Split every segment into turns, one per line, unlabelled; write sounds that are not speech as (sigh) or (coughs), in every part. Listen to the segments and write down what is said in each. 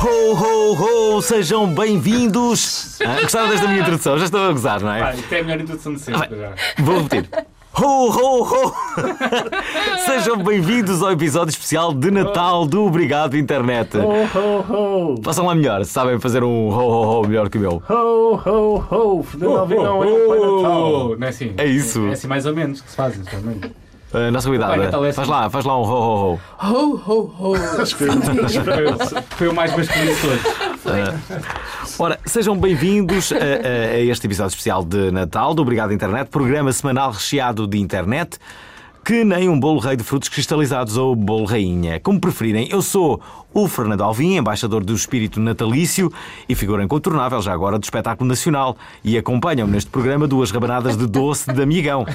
Ho, ho, ho, sejam bem-vindos! Ah, gostaram desta minha introdução? Já estão a gozar, não
Pá,
é?
isto é a melhor introdução de sempre já.
Vou repetir. Ho, ho, ho! (laughs) Sejam bem-vindos ao episódio especial de Natal do Obrigado Internet.
Ho, ho, ho!
Façam lá melhor, sabem fazer um ho, ho, ho melhor que o meu.
Ho, ho, ho, Fernando Alvim não é um Pai Natal.
Não é assim?
É isso.
É assim mais ou menos que se faz, mais ou menos.
A nossa
Vai,
convidada,
Natal, é
faz
assim.
lá, faz lá um ho, ho, ho.
Ho, ho, ho.
Foi- Foi o mais masculino de todos.
Ora, sejam bem-vindos a, a- a este episódio especial de Natal do Obrigado Internet, programa semanal recheado de internet, que nem um bolo rei de frutos cristalizados ou bolo rainha, como preferirem. Eu sou o Fernando Alvim, embaixador do espírito natalício e figura incontornável já agora do espetáculo nacional. E acompanham-me neste programa duas rabanadas de doce de amigão,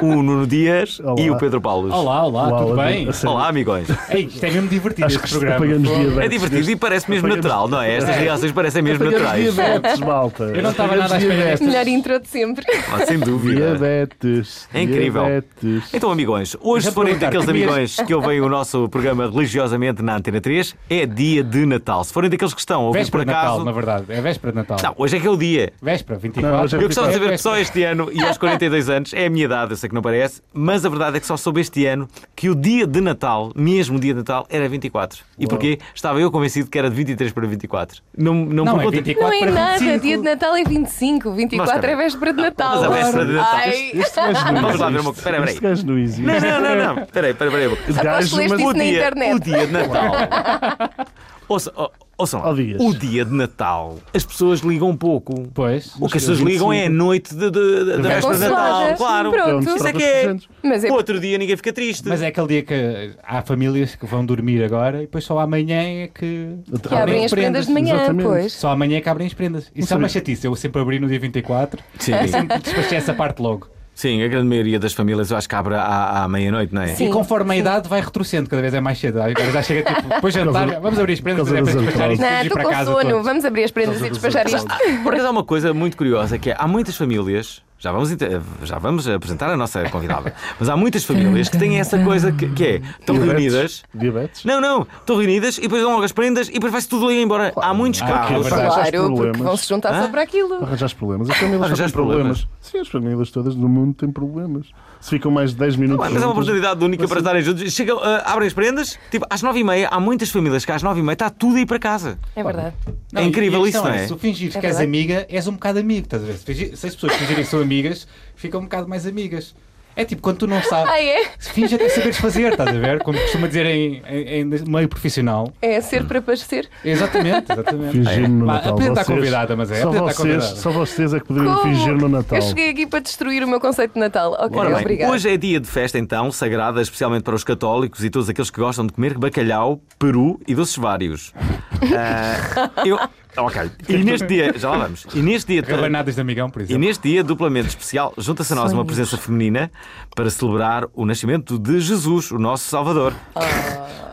o Nuno Dias e o
Olá.
Pedro Paulos.
Olá, olá,
Uau,
tudo
a-
bem?
a sério,
Olá amigões.
Ei, isto é mesmo divertido
Acho
este
que
programa.
apagamos
Pô.
diabetes.
É divertido e parece mesmo natural, não é? Estas reações parecem mesmo
Apagamos
naturais.
diabetes, malta.
Eu não estava nada à espera
Apagamos
destas.
Melhor intro de sempre. (laughs)
Ah, sem dúvida.
Diabetes.
É incrível.
Diabetes.
Então, amigões, hoje,
Deixa-me
se forem
perguntar,
daqueles
que mês-
amigões que ouvem o nosso programa religiosamente na Antena 3, é dia de Natal. Se forem daqueles que estão a ouvir por
Véspera de Natal,
acaso.
na verdade. É véspera de Natal.
Não, hoje é que é o dia.
Véspera, 24.
Não, hoje é
Eu gostava de saber que
Véspera.
só este ano, e aos 42 anos, é a minha idade, eu sei que não parece, mas a verdade é que só soube este ano que o dia de Natal, mesmo o dia de Natal, era 24. E porquê? Estava eu convencido que era de 23 para 24. Não, não,
Não,
por
é
conta-
24
Não é
para
nada,
25.
dia de Natal é 25, 24
Mas,
é véspera de Natal.
mas a véspera de Natal.
Ai,
Este gajo não
Vamos lá ver
existe.
uma coisa. Espera, espera aí.
Este gajo não existe.
Não, não, não, não. Peraí, peraí, peraí.
Este gajo,
leste
mas
isso
o
na
dia,
internet.
O dia de Natal. (laughs) ouça, ó- ouçam lá.
Ó dias.
o dia de Natal. As pessoas ligam um pouco.
Pois.
O que as pessoas ligam é a noite de- de- de- da é véspera de Natal.
Consoladas.
Claro.
Pronto.
é onde se
Isso
é
troca
que
os
é.
presentes.
Mas é
Outro dia ninguém fica triste.
Mas é aquele dia que há famílias que vão dormir agora e depois só amanhã é que,
Que
que abrem as prendas de manhã,
Exatamente.
pois.
Só amanhã é que abrem as prendas. Isso é uma chatice. Eu sempre abri no dia 24.
Sim.
É Sempre despachei tipo, essa parte logo.
Sim, a grande maioria das famílias eu acho que abre à, à meia-noite, não é?
Sim.
E conforme a idade vai retrocedendo, cada vez é mais cedo. Às vezes já chega tipo, depois jantar, vamos abrir as prendas,
por
é
causa
para
das
despachar isto,
Não,
depois ir
estou
para
com
casa.
sono.
todos.
Vamos abrir as prendas e despachar isto.
Por acaso há uma coisa muito curiosa que é, há muitas famílias, já vamos, inte- já vamos apresentar a nossa convidada, mas há muitas famílias que têm essa coisa que, que é, estão
Diabetes.
reunidas,
Diabetes.
Não, não, estão reunidas e depois dão logo as prendas e depois vai-se tudo ali embora. Há muitos
Ah,
carros.
ok. Mas
arranjaste
Claro, porque
problemas.
vão se juntar só para aquilo. É
Arranjar os problemas. As famílias só
Arranjar os
têm
problemas.
problemas. Sim, as famílias todas do mundo têm problemas. Se ficam mais de 10 minutos.
Mas é uma
juntas-
oportunidade única para estarem juntos. Chegam, ah, abrem as prendas, tipo, às nove e meia, há muitas famílias que às nove e meia está tudo a ir para casa.
É verdade.
Não,
é
e- e
incrível
a
isso,
questão
não é?
Se tu fingires
É
que és
verdade.
amiga, és um bocado amigo, estás a ver? Se, fingir- se as pessoas fingirem que são amigas, ficam um bocado mais amigas. É tipo quando
(laughs)
tu não sabes.
Ah, é?
Se finge até saberes fazer, estás a ver? Como costuma dizer em, em- em meio profissional.
É ser para parecer.
Exatamente, exatamente.
Fingir no
Vá,
Natal.
apresenta a
Vocês-
É. convidada, mas é,
Só
apresenta a
vocês,
convidada.
só vocês é que poderiam
Como?
fingir no Natal.
Eu cheguei aqui para destruir o meu conceito de Natal. Ok,
Ora bem,
obrigado.
hoje é dia de festa então, sagrada especialmente para os católicos e todos aqueles que gostam de comer bacalhau, peru e doces vários. Ah, eu... Ok. E neste dia, já lá vamos. E neste dia
Rabanadas de amigão, por
E
exemplo.
neste dia duplamente especial, junta-se a nós uma
Sonhos.
presença feminina para celebrar o nascimento de Jesus, o nosso Salvador.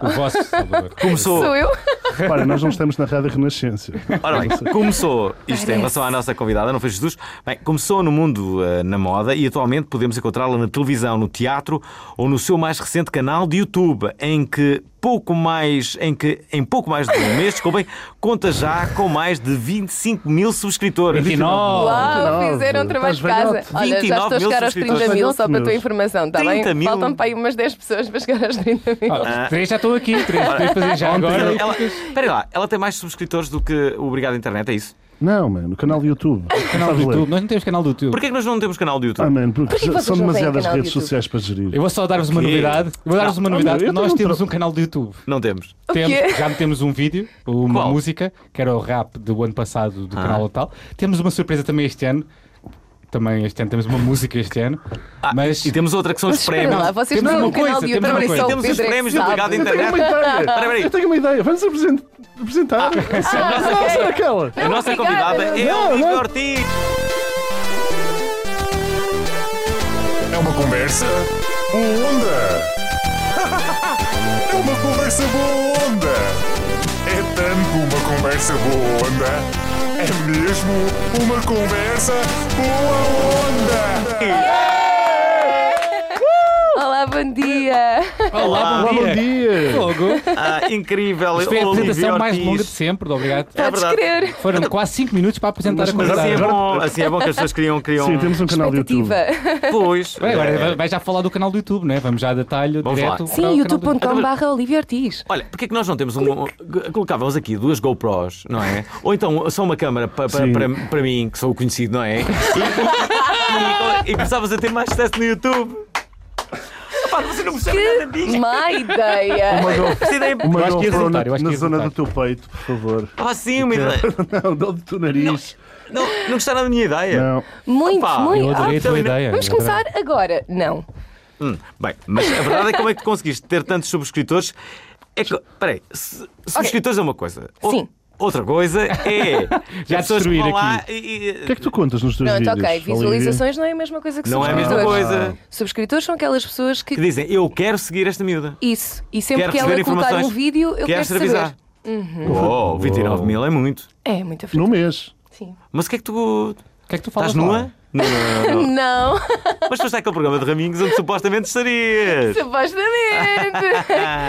O vosso Salvador.
Começou,
Sou eu?
Repara, nós não estamos na Rádio Renascença.
Ora bem, começou, isto em
Parece.
relação à nossa convidada, não foi Jesus, bem, começou no mundo eh, na moda e atualmente podemos encontrá-la na televisão, no teatro ou no seu mais recente canal de YouTube, em que pouco mais, em que em pouco mais de um mês, desculpem, conta já com mais de 25 mil subscritores.
29.
Uau,
29.
fizeram um trabalho de
Estás
casa.
velhote.
Olha, já
29
estou a
mil
chegar aos 30 mil,
subscritores.
só para a tua
30
informação, está bem?
30 mil.
Faltam para aí umas 10 pessoas para chegar aos 30 mil.
Ah, Três já estão aqui, três, três fazer já
Ontem
agora.
ela, espera lá, ela tem mais subscritores do que o Obrigado Internet, é isso?
Não, mano, no canal do YouTube.
(laughs) Canal do
Sabes ler?
YouTube. Nós não temos canal do YouTube.
Porquê é que nós não temos canal de YouTube?
Ah, mano, porque
Porquê vocês
são
não têm
demasiadas
canal do
redes
YouTube?
sociais para gerir.
Eu vou só dar-vos uma
Quê?
novidade. Vou dar-vos
Ah,
uma
Não,
novidade.
eu
Nós
tenho um
temos
tro-
um canal do YouTube.
Não temos.
O quê?
Temos- já metemos um vídeo, uma
Qual? Ah.
música, que era o rap do ano passado do canal tal. Temos uma surpresa também este ano. também este ano. Temos uma música este ano. mas
Ah, E temos outra que são
Mas
os
espera
prémios.
lá, vocês
Temos
têm um
uma
canal
coisa,
de YouTube
temos uma
e só
coisa.
o
Temos os
Pedro é que
prémios do
sabe.
Obrigado
Eu tenho uma
Internet.
ideia.
Espera aí.
Eu tenho uma ideia. Vamos apresen- apresentar.
Ah,
Não,
ok.
será aquela?
A nossa
obrigada.
convidada é
Não,
Olivia
não.
Ortiz.
É uma conversa boa onda. É uma conversa boa onda. É tanto uma conversa boa onda. É mesmo uma conversa boa onda.
Olá, bom dia.
Olá, bom
Bom
dia.
dia.
Fogo.
Ah, incrível.
Isto foi a
Olivia
apresentação mais
Ortiz.
longa de sempre, do obrigado.
É
Podes
verdade.
crer.
Foram quase 5 minutos para apresentar a
Mas assim é,
convidada.
bom, assim é bom que as pessoas criam. criam...
Sim, temos um canal de YouTube.
Expectativa.
Pois.
Bem,
é.
agora vai- vai já falar do canal do YouTube, não é? Vamos já a detalhe
Vamos
direto.
lá.
para
Sim,
o canal do-
youtube.com.br Olivia Ortiz.
Olha, porque é que nós não temos um. Colocávamos aqui duas GoPros, não é? Ou então só uma câmara pa- pa-
Sim.
para para mim, que sou o conhecido, não é? E, e, e começavas a ter mais sucesso no YouTube. Pá, você não percebe nada disto.
Má ideia.
Uma go-
Essa ideia- é
Uma
Eu acho que ia
GoPro na,
resultar, eu acho que é
na
ia
zona do
resultar.
teu peito, por favor.
Ah, sim, uma ideia.
(laughs) Não, do, do nariz.
Não, não é. gostaram da minha ideia.
Não.
Muito,
Opa,
muito.
Eu adorei a
então
tua
ainda-
ideia.
Ah,
é
Vamos
eu adorei.
começar agora. Não.
Hum, bem, mas a verdade é que como é que tu conseguiste ter tantos subscritores? É que, peraí, su- subscritores é uma coisa. O-
Sim.
Outra coisa
(laughs)
é.
Já
as pessoas que vão
destruir
lá
aqui.
e- e-
O que é que tu contas nos teus
Pronto,
vídeos?
então, ok.
Olivia?
Visualizações não é a mesma coisa que
Não é a
subscritores.
mesma coisa.
Subscritores são aquelas pessoas que.
Que dizem, eu quero seguir esta miúda.
Isso. E sempre
Quero
que ela
receber
colocar um
informações.
vídeo, eu quero
Queres
saber.
avisar? Uhum. Uou, 29 mil é muito.
É muito aflito.
Num mês.
Sim.
Mas o que é que tu.
O que é que tu falas?
Estás nua? Não, não, não, não.
Não, (laughs)
Mas foste aquele programa de Raminhos onde supostamente
(laughs)
estarias.
supostamente.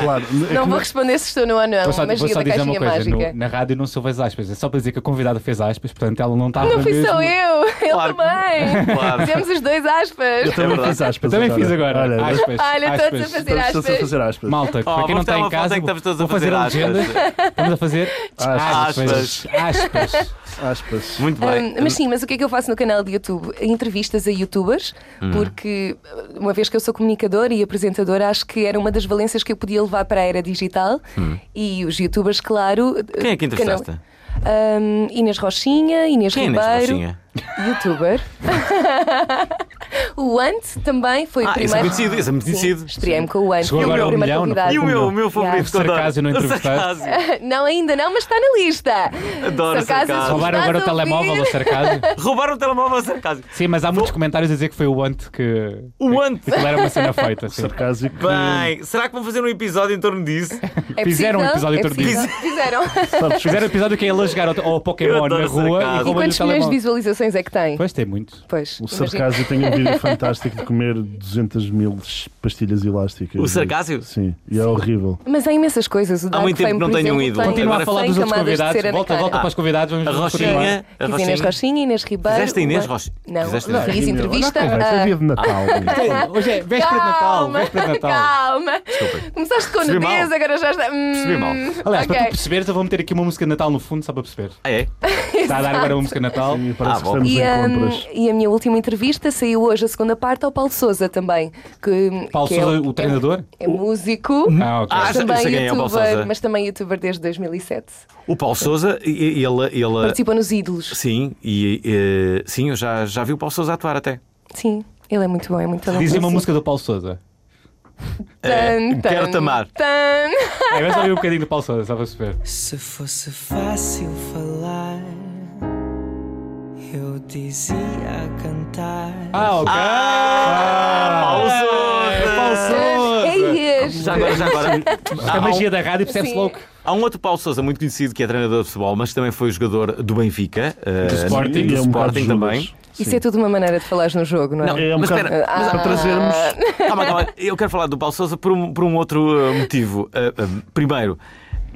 Claro. é que
não vou responder se estou no ou não,
Vou só,
mas
vou
diga
só
da
dizer
caixinha
uma coisa:
mágica.
no- na rádio não se ouve as aspas, é só para dizer que a convidada fez aspas, portanto ela não estava.
Não fui
mesmo...
só eu, (laughs) ele
Claro.
também.
Claro.
Fizemos os dois aspas.
Eu também
verdade.
fiz aspas.
Também fiz agora.
Olha,
aspas,
Olha, todos a
aspas.
fazer
estamos todos a
aspas.
fazer aspas.
Malta, para
Oh,
quem não
vou tirar uma
está em
foto em
casa,
que estamos todos a
vou fazer a
fazer
legenda.
aspas.
Estamos a fazer aspas.
Aspas.
Aspas.
Aspas.
Muito bem.
Hum, mas sim, mas o que é que eu faço no canal de YouTube? Entrevistas a youtubers, porque ah, uma vez que eu sou comunicadora e apresentadora, acho que era uma das valências que eu podia levar para a era digital. E os youtubers, claro.
Quem é que entrevistaste?
Hum, Inês Rochinha, Inês
Quem é Inês
Ribeiro,
Rochinha?
youtuber. o Ant também foi o
Ah, esse é
primeiro.
conhecido, esse é muito
Sim,
conhecido.
Estreiei-me com o Ant,
Chegou
foi o
agora
meu
ao
primeiro
milhão, não foi?
convidado.
E o meu, o meu favorito.
Sarcasio
contato.
não
(laughs)
entrevistaste?
Sarcasio.
Não, ainda não, mas está na lista.
Adoro
Sarcasmo,
sarcasmo.
se
Roubaram agora
estás
o
a ouvir?
telemóvel ao sarcasmo.
Roubaram o telemóvel ao sarcasmo.
Sim, mas há muitos comentários a dizer que foi o Ant que.
O Ant.
Aquilo era uma cena
(laughs)
feita. Sim.
Sarcásico.
Bem, será que vão fazer um episódio em torno disso?
É
Fizeram um
possível?
episódio
É
todo
possível.
dia.
Fizeram.
Sabes,
Fizeram o episódio que é ele a jogar ao, ao Pokémon
adoro
na rua
sarcasmo.
e
E
E
roubam-lhe o
quantos milhões
telemóvel.
de visualizações é que tem?
Pois tem muitos.
Pois.
O
imagina.
sarcásio tem um
(laughs)
vídeo fantástico de comer 200 mil pastilhas elásticas.
O sarcásio?
Sim, e é horrível.
Mas há imensas coisas. O Dark
muito tempo
Fame,
que não
por
tenho um
exemplo,
ídolo.
tem
Continua
Continua a
Agora
falar
cem
dos outros
camadas de
convidados.
cera na
Volta,
cara.
volta
Ah.
para os convidados. Vamos
A
vamos continuar.
Rochinha. A
Fiz Inês
Rochinha.
Rochinha, Inês Ribeiro.
Fizeste a Inês
o-
Rocha-
Não,
Fizeste a
não,
Inês
fiz
Olha,
entrevista. ah.
conversa,
a-
é dia de
(laughs)
Natal.
Hoje é véspera de Natal.
Calma,
Véspera de Natal.
calma. Começaste com
Percebi
nudez,
mal.
agora já está. Hum,
Percebi mal.
Aliás, para tu
ok.
perceberes, eu vou meter aqui uma música de Natal no fundo, só para perceber.
(laughs) Ah, é?
Está a dar agora uma música de Natal.
E
Ah,
parece que
bom.
estamos
E,
em
hum,
compras.
e a minha última entrevista saiu hoje, a segunda parte, ao Paulo Souza também. Que,
Paulo
que é
Sousa,
um-
o treinador?
É, músico.
Ah, ok.
Ah, já- eu sei
também
quem é o Paulo
youtuber,
Sousa. Ah.
mas também youtuber desde 2007.
O Paulo Souza, ele. ele
Participa nos Ídolos.
sim, e, eh, sim, eu já, já vi o Paulo Souza atuar até.
Sim, ele é muito bom, é muito bom.
Dizem uma música do Paulo Souza.
Eh, Quero Tamar.
Tan.
É, mas ouvir um bocadinho do Paulo Souza, só para perceber.
Se fosse fácil falar, eu dizia a cantar.
Ah, ok.
Ah,
Ah!
Paulo
É, Paulo
Souza!
Souza!
É este.
Já agora, já agora.
A
Há um-
magia da rádio percebe-se
Sim.
logo.
Há um outro Paulo Sousa muito conhecido que é treinador de futebol, mas também foi jogador do Benfica, eh,
Do Sporting.
do
E é um bocado
Sporting
Judas.
também.
Isso é tudo uma maneira de falares no jogo, não é? ah,
Não,
É um
mas
bocado
espera, mas-
para trazermos.
Calma, calma. Ah, Eu quero falar do Paulo Sousa por um, por um outro eh, motivo. Eh, eh, primeiro,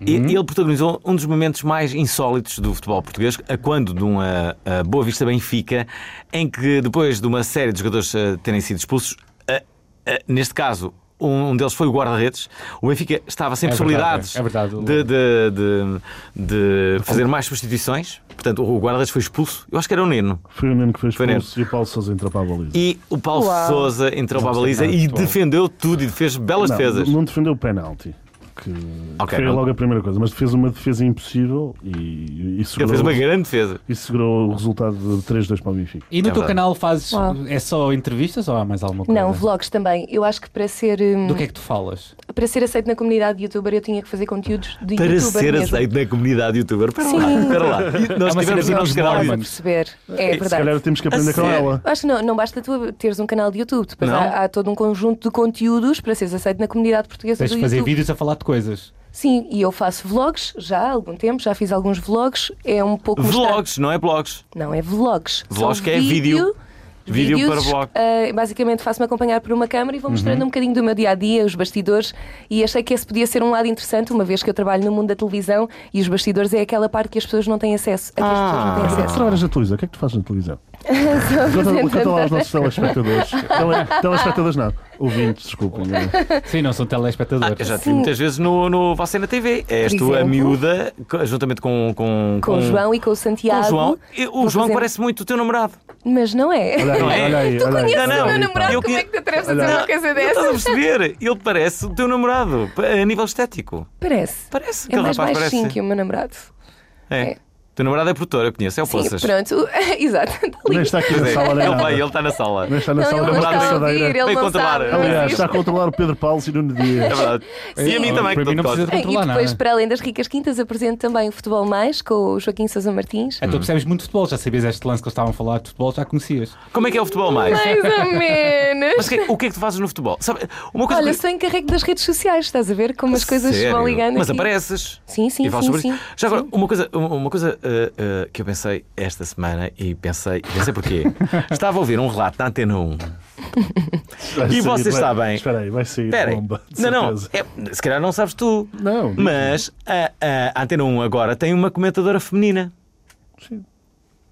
e-
Uhum.
ele protagonizou um dos momentos mais insólitos do futebol português, a quando de uma eh, Boa Vista Benfica, em que depois de uma série de jogadores eh, terem sido expulsos, eh, eh, neste caso. Um um deles foi o guarda-redes. O Benfica estava sem
É
possibilidades
verdade, é
de,
verdade.
de- de- de fazer mais substituições. Portanto, o guarda-redes foi expulso. Eu acho que era o Neno.
Foi o Neno que foi
Foi Neno.
expulso e o Paulo Sousa entra para a baliza.
E o Paulo
Uau.
Sousa entrou para a baliza
nada de
e
futebol.
defendeu tudo e fez belas
não,
defesas.
não defendeu o penalti. que
Ok,
foi
não-
logo a primeira coisa, mas fez uma defesa impossível e, e,
Ele
segurou,
fez uma grande defesa.
e segurou o resultado de 3-2 para o Benfica.
E no
É
teu
verdade.
canal fazes.
Uau.
É só entrevistas ou há mais alguma coisa?
Não, vlogs também. Eu acho que para ser, hum,
Do que é que tu falas?
para ser aceito na comunidade de youtuber eu tinha que fazer conteúdos de
Para
youtuber
ser
mesmo.
aceito na comunidade youtuber. Espera lá,
Sim.
espera
(laughs)
lá. E Nós
Há É uma
tivemos um
cena
o nosso
que
canal.
nós
Estás a
de-
Mano.
perceber. É
Se
verdade.
calhar temos que aprender com
sério?
ela.
Acho que não, não basta tu teres um canal de YouTube. Depois
Não?
há, há todo um conjunto de conteúdos para seres aceito na comunidade portuguesa
Tens
do
de fazer
YouTube.
vídeos a falar de
(laughs)
coisas.
Sim, e eu faço vlogs já há algum tempo, já fiz alguns vlogs. É um pouco. mostrar-
Vlogs, não é blogs.
Não, é vlogs.
Vlogs
São
que é vídeo. Vídeo
vídeos,
para vlog. Uhum.
ah, basicamente faço-me acompanhar por uma câmara e vou mostrando um bocadinho do meu dia a dia, os bastidores, e achei que esse podia ser um lado interessante, uma vez que eu trabalho no mundo da televisão e os bastidores é aquela parte que as pessoas não têm acesso. A que as pessoas não têm
Ah.
O que é que
acesso.
trabalhas na televisão? O que é que tu fazes na
(laughs)
televisão? Conta, conta lá aos
Sou apresentadora.
nossos Então telespectadores. Tele, telespectadores não. Ouvintes, desculpem.
Sim, não um são telespectadores.
Ah, Eu já te vi
Sim.
muitas vezes no, no Você na TV. És
Por
tu a
exemplo?
É miúda, co- juntamente com. Com,
Com o João e com o Santiago.
Com o João. Eu- O
Vou
João
fazer-
parece muito o teu namorado.
Mas não é.
Olha aí,
Não é?
olha aí.
Tu
olha aí,
conheces
Não, então.
o
não,
meu
eu-
namorado,
eu
como
que-
é que te atreves a
Olha.
dizer
Não,
uma coisa
não Estás a
dessas?
perceber? Ele parece o teu namorado, pa- a nível estético.
(laughs) Parece.
Parece.
É
aquele
mais
rapaz
baixinho
parece.
que o meu namorado.
É.
É.
O teu namorado é produtor, eu conheço, é o
Sim,
Poças.
pronto. (laughs) Exato. Está ali.
Nem está aqui tá na
Pois é,
sala, nem
ele
nada.
vai, ele está na sala.
Nem está na
Não, ele
sala,
não
nem na
namorado
está a ouvir,
caçadeira.
ele
Vem
não
controlar.
sabe. não
Aliás,
existe.
está a controlar o Pedro Paulo e o Nuno
É
Dias.
verdade. E a mim
Sim.
também, que
Para mim
dou
não
de
precisa de
costas.
É, E
controlar
depois,
nada.
para além das ricas quintas, apresento também o Futebol Mais com o Joaquim Sousa Martins.
É,
Uhum.
tu percebes muito de futebol, já sabias este lance que eles estavam a falar de futebol, já conhecias.
Como é que é o futebol mais?
Mais ou menos.
Mas que- o que é que tu fazes no futebol? Sabe, uma coisa
Olha,
que...
sou encarregue das redes sociais, estás a ver como as coisas se vão
Sério?
ligando.
Mas
aqui.
apareces.
Sim, sim,
e falas
sim,
sobre isso.
sim,
Já agora, uma coisa, uma uma coisa ah, ah, que eu pensei esta semana e pensei, pensei porquê. Estava a ouvir um relato na Antena 1.
Vai
E
sair,
vocês
vai-
sabem-
Espera aí, vai sair
Espera aí.
bomba. de
Não, não.
certeza.
é- se calhar não sabes tu.
Não, diz-me.
Mas a, a Antena 1 agora tem uma comentadora feminina.
Sim.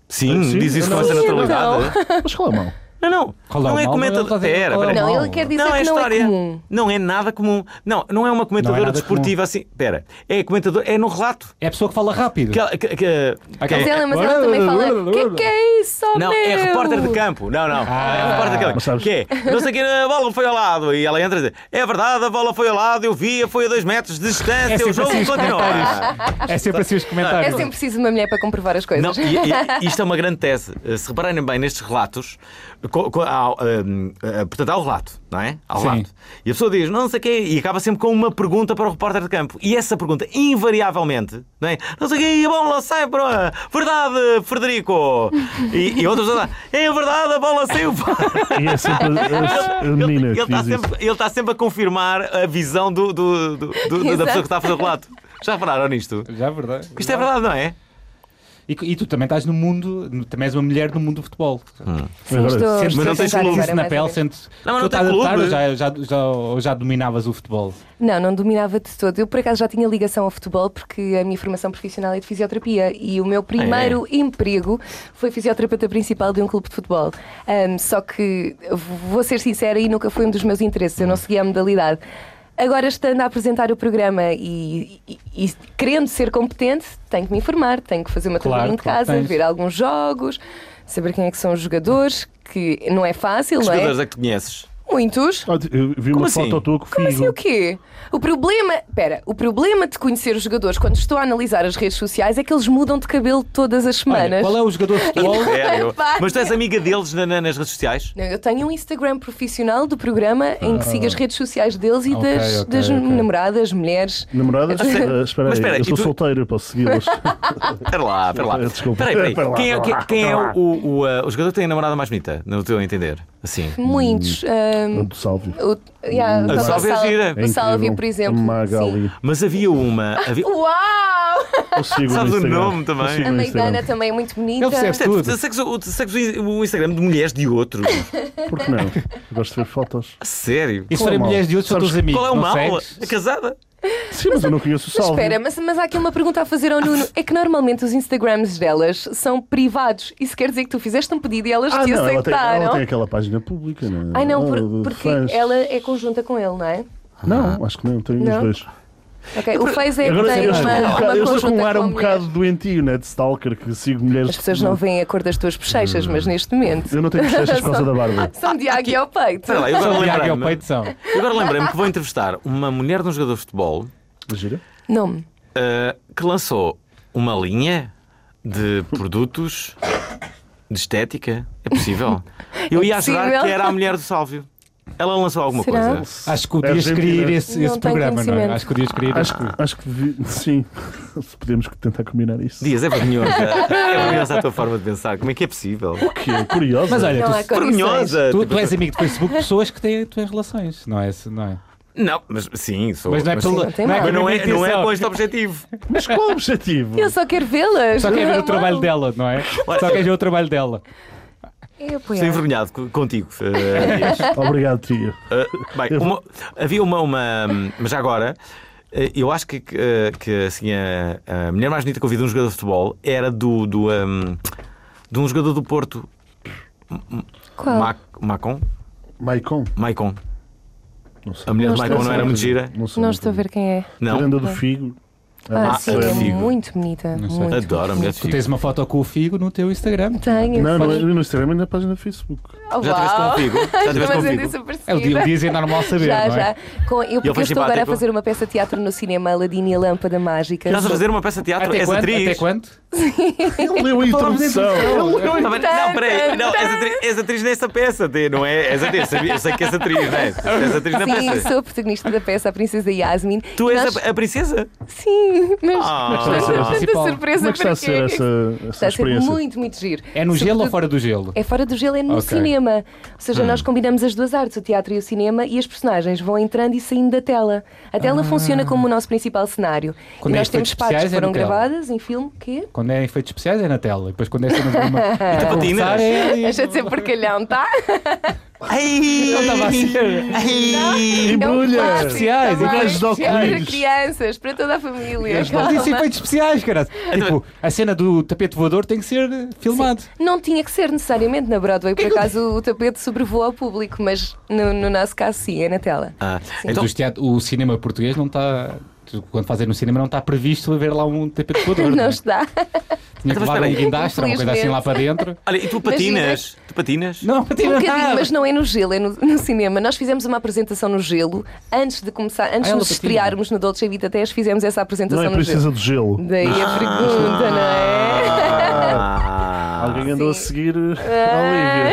Sim,
Sim,
diz isso
eu
com
não-
essa naturalidade.
Mas qual é a mão?
Não, não.
Qual é
não
o
é
mal?
comentadora.
Ele está a dizer
Pera,
qual é o
pera.
mal?
Não, ele quer dizer
Não é
que não
história.
é comum.
Não é nada comum. Não, não é uma comentadora
nada
desportiva
comum.
assim. Espera, é comentadora, é no relato.
É a pessoa que fala rápido.
Que, ela- que- que-
Ok.
que- é-
Mas ela, mas ela também fala: que que é isso, oh
não, é
meu?"
repórter de campo. Não, não.
Ah,
é repórter de campo.
mas sabes-
Que é, não sei que a bola foi ao lado. E ela entra e diz: É verdade, a bola foi ao lado, eu via, foi a dois metros de distância,
É
o
sempre
jogo
assim os
continua.
comentários. É sempre assim os
É
comentários.
sempre preciso de uma mulher para comprovar as coisas.
Não,
(laughs)
e, e- isto é uma grande tese. Eh, Se repararem bem nestes relatos, co- co- há, hum, eh, portanto, há o relato, não é? Há o
Sim.
relato. E a pessoa diz, não sei o quê, e acaba sempre com uma pergunta para o repórter de campo. E essa pergunta, invariavelmente, não é? Não sei o quê, a bola sai para. Verdade, Frederico! E, e outras pessoas, é verdade, a bola saiu para.
E é
(laughs)
sempre a, a- a (laughs) menina
Ele
que
está
diz isso.
sempre, ele está sempre a confirmar a visão do, do- do- do- da pessoa que está a fazer o relato. Já repararam nisto?
Já é verdade.
Isto é verdade, não é?
E, e tu também estás no mundo, no- também és uma mulher no mundo do futebol.
Sim, estou-
Mas
Sentes-
não tens
sentes
clube.
isso
agora,
na
é. mais
pele,
ou menos.
sentes.
Hum. Não, mas não
tu
tem
estás a
clube.
tarde, já, já, já, ou já dominavas o futebol.
Não, não dominava de todo. Eu, por acaso, já tinha ligação ao futebol porque a minha formação profissional é de fisioterapia e o meu primeiro emprego foi fisioterapeuta principal de um clube de futebol. Ahm, só que, vou ser sincera, e nunca foi um dos meus interesses, eu não seguia a modalidade. Agora, estando a apresentar o programa e, e- e querendo ser competente, tenho que me informar, tenho que fazer uma
Claro,
trabalhinha de
claro que
casa,
tens.
ver alguns jogos, saber quem é que são os jogadores, que não é fácil,
Que
não
jogadores
é?
é que tu conheces?
Muitos.
Ah, Eu vi
Como
uma
assim?
foto tua que
Como assim
figo.
o quê? O problema, pera, o problema de conhecer os jogadores quando estou a analisar as redes sociais é que eles mudam de cabelo todas as
Olha,
semanas.
qual é o jogador de futebol?
Sério?
Pá.
Mas tu és amiga deles na- na- nas redes sociais?
Não, eu tenho um Instagram profissional do programa em que sigo as redes sociais deles e
Ah. Ok,
das,
ok,
das
ok.
namoradas, mulheres.
Namoradas?
Mas espera-
Ah, espera
mas
aí,
espera aí,
eu estou
e tu-
solteiro, posso
(laughs)
É segui-las.
Espera lá, espera lá.
Desculpa.
Espera aí, espera aí.
Espera lá,
Quem é,
espera
quem,
lá,
quem é
espera lá.
o, o, ah, o jogador que tem a namorada mais bonita, no teu entender? Assim.
Muitos. ahm,
Hum.
Do Sálvio.
o, yeah, o
A Sálvia é
Sal-
gira. É
É
o Sálvia,
incrível.
por exemplo.
A
sim.
Magali.
Mas havia uma. Havia...
Uau!
Eu sigo
Sabes o
no Instagram.
nome também?
Eu sigo
A
no Instagram.
Maidana também é muito bonita.
um Ele percebe.
Isto é, tu segues o, tu segues o o Instagram de mulheres de outros.
Por que não? Eu gosto de ver fotos.
A Sério?
E se
Qual é
forem
o mal?
mulheres de outros, são
Sabes
teus amigos.
Qual é o
não
mal?
segues?
A casada?
Sim, mas eu não conheço o
Mas
Sálvio.
espera, mas, mas há aqui uma pergunta a fazer ao Nuno. É que normalmente os Instagrams delas são privados. Isso quer dizer que tu fizeste um pedido e elas
Ah,
te
não, ela tem,
aceitaram.
ela tem aquela página pública, não é?
Ai não, por-
Ah, de
porque
fãs.
ela é conjunta com ele, não é?
Não, acho que não, tenho os
Não?
dois.
Ok, o Face é que
Agora
tem
eu
uma,
estou, com um
uma
bocado- eu estou
conjunta
com um ar
com
um
mulheres.
bocado doentio, né? De stalker, que sigo mulheres.
As pessoas não veem a cor das tuas bochechas, mas neste momento
(laughs)
Ah,
Eu não tenho
(laughs)
bochechas por causa da barba.
são de águia ao peito.
Espera lá, eu agora
São Diago e ao
lembrei-me.
peito são.
eu Agora lembrei-me que vou entrevistar uma mulher de um jogador de futebol
Gira?
Nome.
eh, que lançou uma linha de produtos de estética. É
(laughs)
possível? Eu ia jurar
É possível.
que era a mulher do Sálvio. Ela lançou alguma
Será?
coisa.
Acho que o
É
Dias
Argentina.
queria ir esse,
Não
esse
tem
programa, não é?
conhecimento.
Acho que o Dias queria ir
Acho,
esse programa.
acho que vi- sim. (laughs) Se podemos tentar combinar isso.
Dias, é vergonhosa. É vergonhosa a tua forma de pensar. Como é que é possível? É
Que é curioso.
Mas olha,
Não
tu-
há condições.
Vergonhosa!
tu,
Tipo,
tu és amigo de Facebook de pessoas que têm, têm relações, não é? Se- Não é?
Não, mas sim, sou.
Mas não é pelo.
não tem mal.
Mas não é,
pela
não é
intenção.
com este objetivo.
mas qual o objetivo?
Eu só quero vê-las.
Só (laughs) quer ver o
Normal.
trabalho dela, não é? Só quer ver o trabalho dela.
É apoiar.
Estou envergonhado co- contigo, eh, Dias.
Obrigado, tio.
Uh, bem, uma- havia uma, uma. Mas já agora, uh, eu acho que, que, uh, que, assim, a, a mulher mais bonita que eu vi de um jogador de futebol era do. do um, de um jogador do Porto,
Qual?
Mac- Macon.
Maicon?
Maicon.
Não sei. é
A mulher de
Não
Maicon
estou
não
a
era
ver.
muito gira.
Não sei.
Não estou a ver quem é.
Não.
Fernanda do Figo.
Ah,
Ah,
sim,
a
é
Figo.
muito bonita.
Não sei.
Muito.
Adoro a mulher de
Tu
Figo.
tens uma foto com o Figo no teu Instagram.
Tenho.
Não, não,
Podes-
é no Instagram é na página do Facebook.
(laughs) Oh,
Já tiveste
uau.
contigo? Já tiveste
Mas ainda
contigo?
sou parecida.
É o dia, o dia é
(laughs)
normal saber,
né? Já,
não é?
já. Com, eu, porque eu estou agora a
simpático.
fazer uma peça de teatro no cinema, Aladina e a Lâmpada Mágica.
Estás a fazer uma peça de teatro?
Até
és
quando?
atriz?
Até quando?
Ele leu a introdução. é
Tá bem, Não, peraí, não, és atriz, és atriz nessa peça, Tê, não é? És atriz, sabia- eu sei que és atriz, não é? És atriz na
Sim,
peça.
sou a protagonista da peça A Princesa Yasmin.
Tu
E
és
nós-
a, a princesa?
Sim, mas
Ah,
mas
como é que está a ser a
tanta
principal?
surpresa
Como é que está
para
a ser
quê?
essa, essa
Está a ser
experiência?
muito, muito giro.
É no gelo ou
Sobretudo-
fora do gelo?
É fora do gelo, é no
Ok. Hum.
cinema. Ou seja, nós combinamos as duas artes, o teatro e o cinema, e as personagens vão entrando e saindo da tela. A tela funciona como o nosso principal cenário.
Ah. Quando
e
é
nós
efeitos
temos partes que
especiais, é
foram
na tela.
gravadas em filme, que
Quando é efeitos especiais é na tela. E depois quando é cena de
(laughs)
uma. E tu
patinas?
É...
Deixa de ser
(laughs)
porcalhão, tá?
Ai!
Não estava assim.
Ai!
É um
Embrulha.
clássico
Especiais,
também.
imagens de
É para
óculos.
crianças, para toda a família.
Mas isso é
Calma.
efeitos especiais, cara. Tipo, a cena do tapete voador tem que ser filmado.
Não tinha que ser necessariamente na Broadway,
é
por acaso o tapete sobrevoa ao público, mas no, no nosso caso sim, é na tela.
Ah,
Mas
então,
os teatro- o cinema português não está. Quando fazem no cinema, não está previsto haver lá um tapete voador. não é?
(laughs) Não está. Um
Então, mas espera aí.
Tinha que levar um guindastre, uma coisa assim lá para dentro.
olha, e tu patinas? Tu patinas?
Não, para
Um bocadinho, mas não é no gelo, é no, no cinema. Nós fizemos uma apresentação no gelo antes de começar, antes
Ah,
de
ela
nos
patina.
estrearmos no Dolce Vita Tejo, fizemos essa apresentação
é Não é Ah.
no gelo.
precisa do gelo.
Daí a pergunta, não é?
Ah,
Alguém andou a seguir eh,
Ah.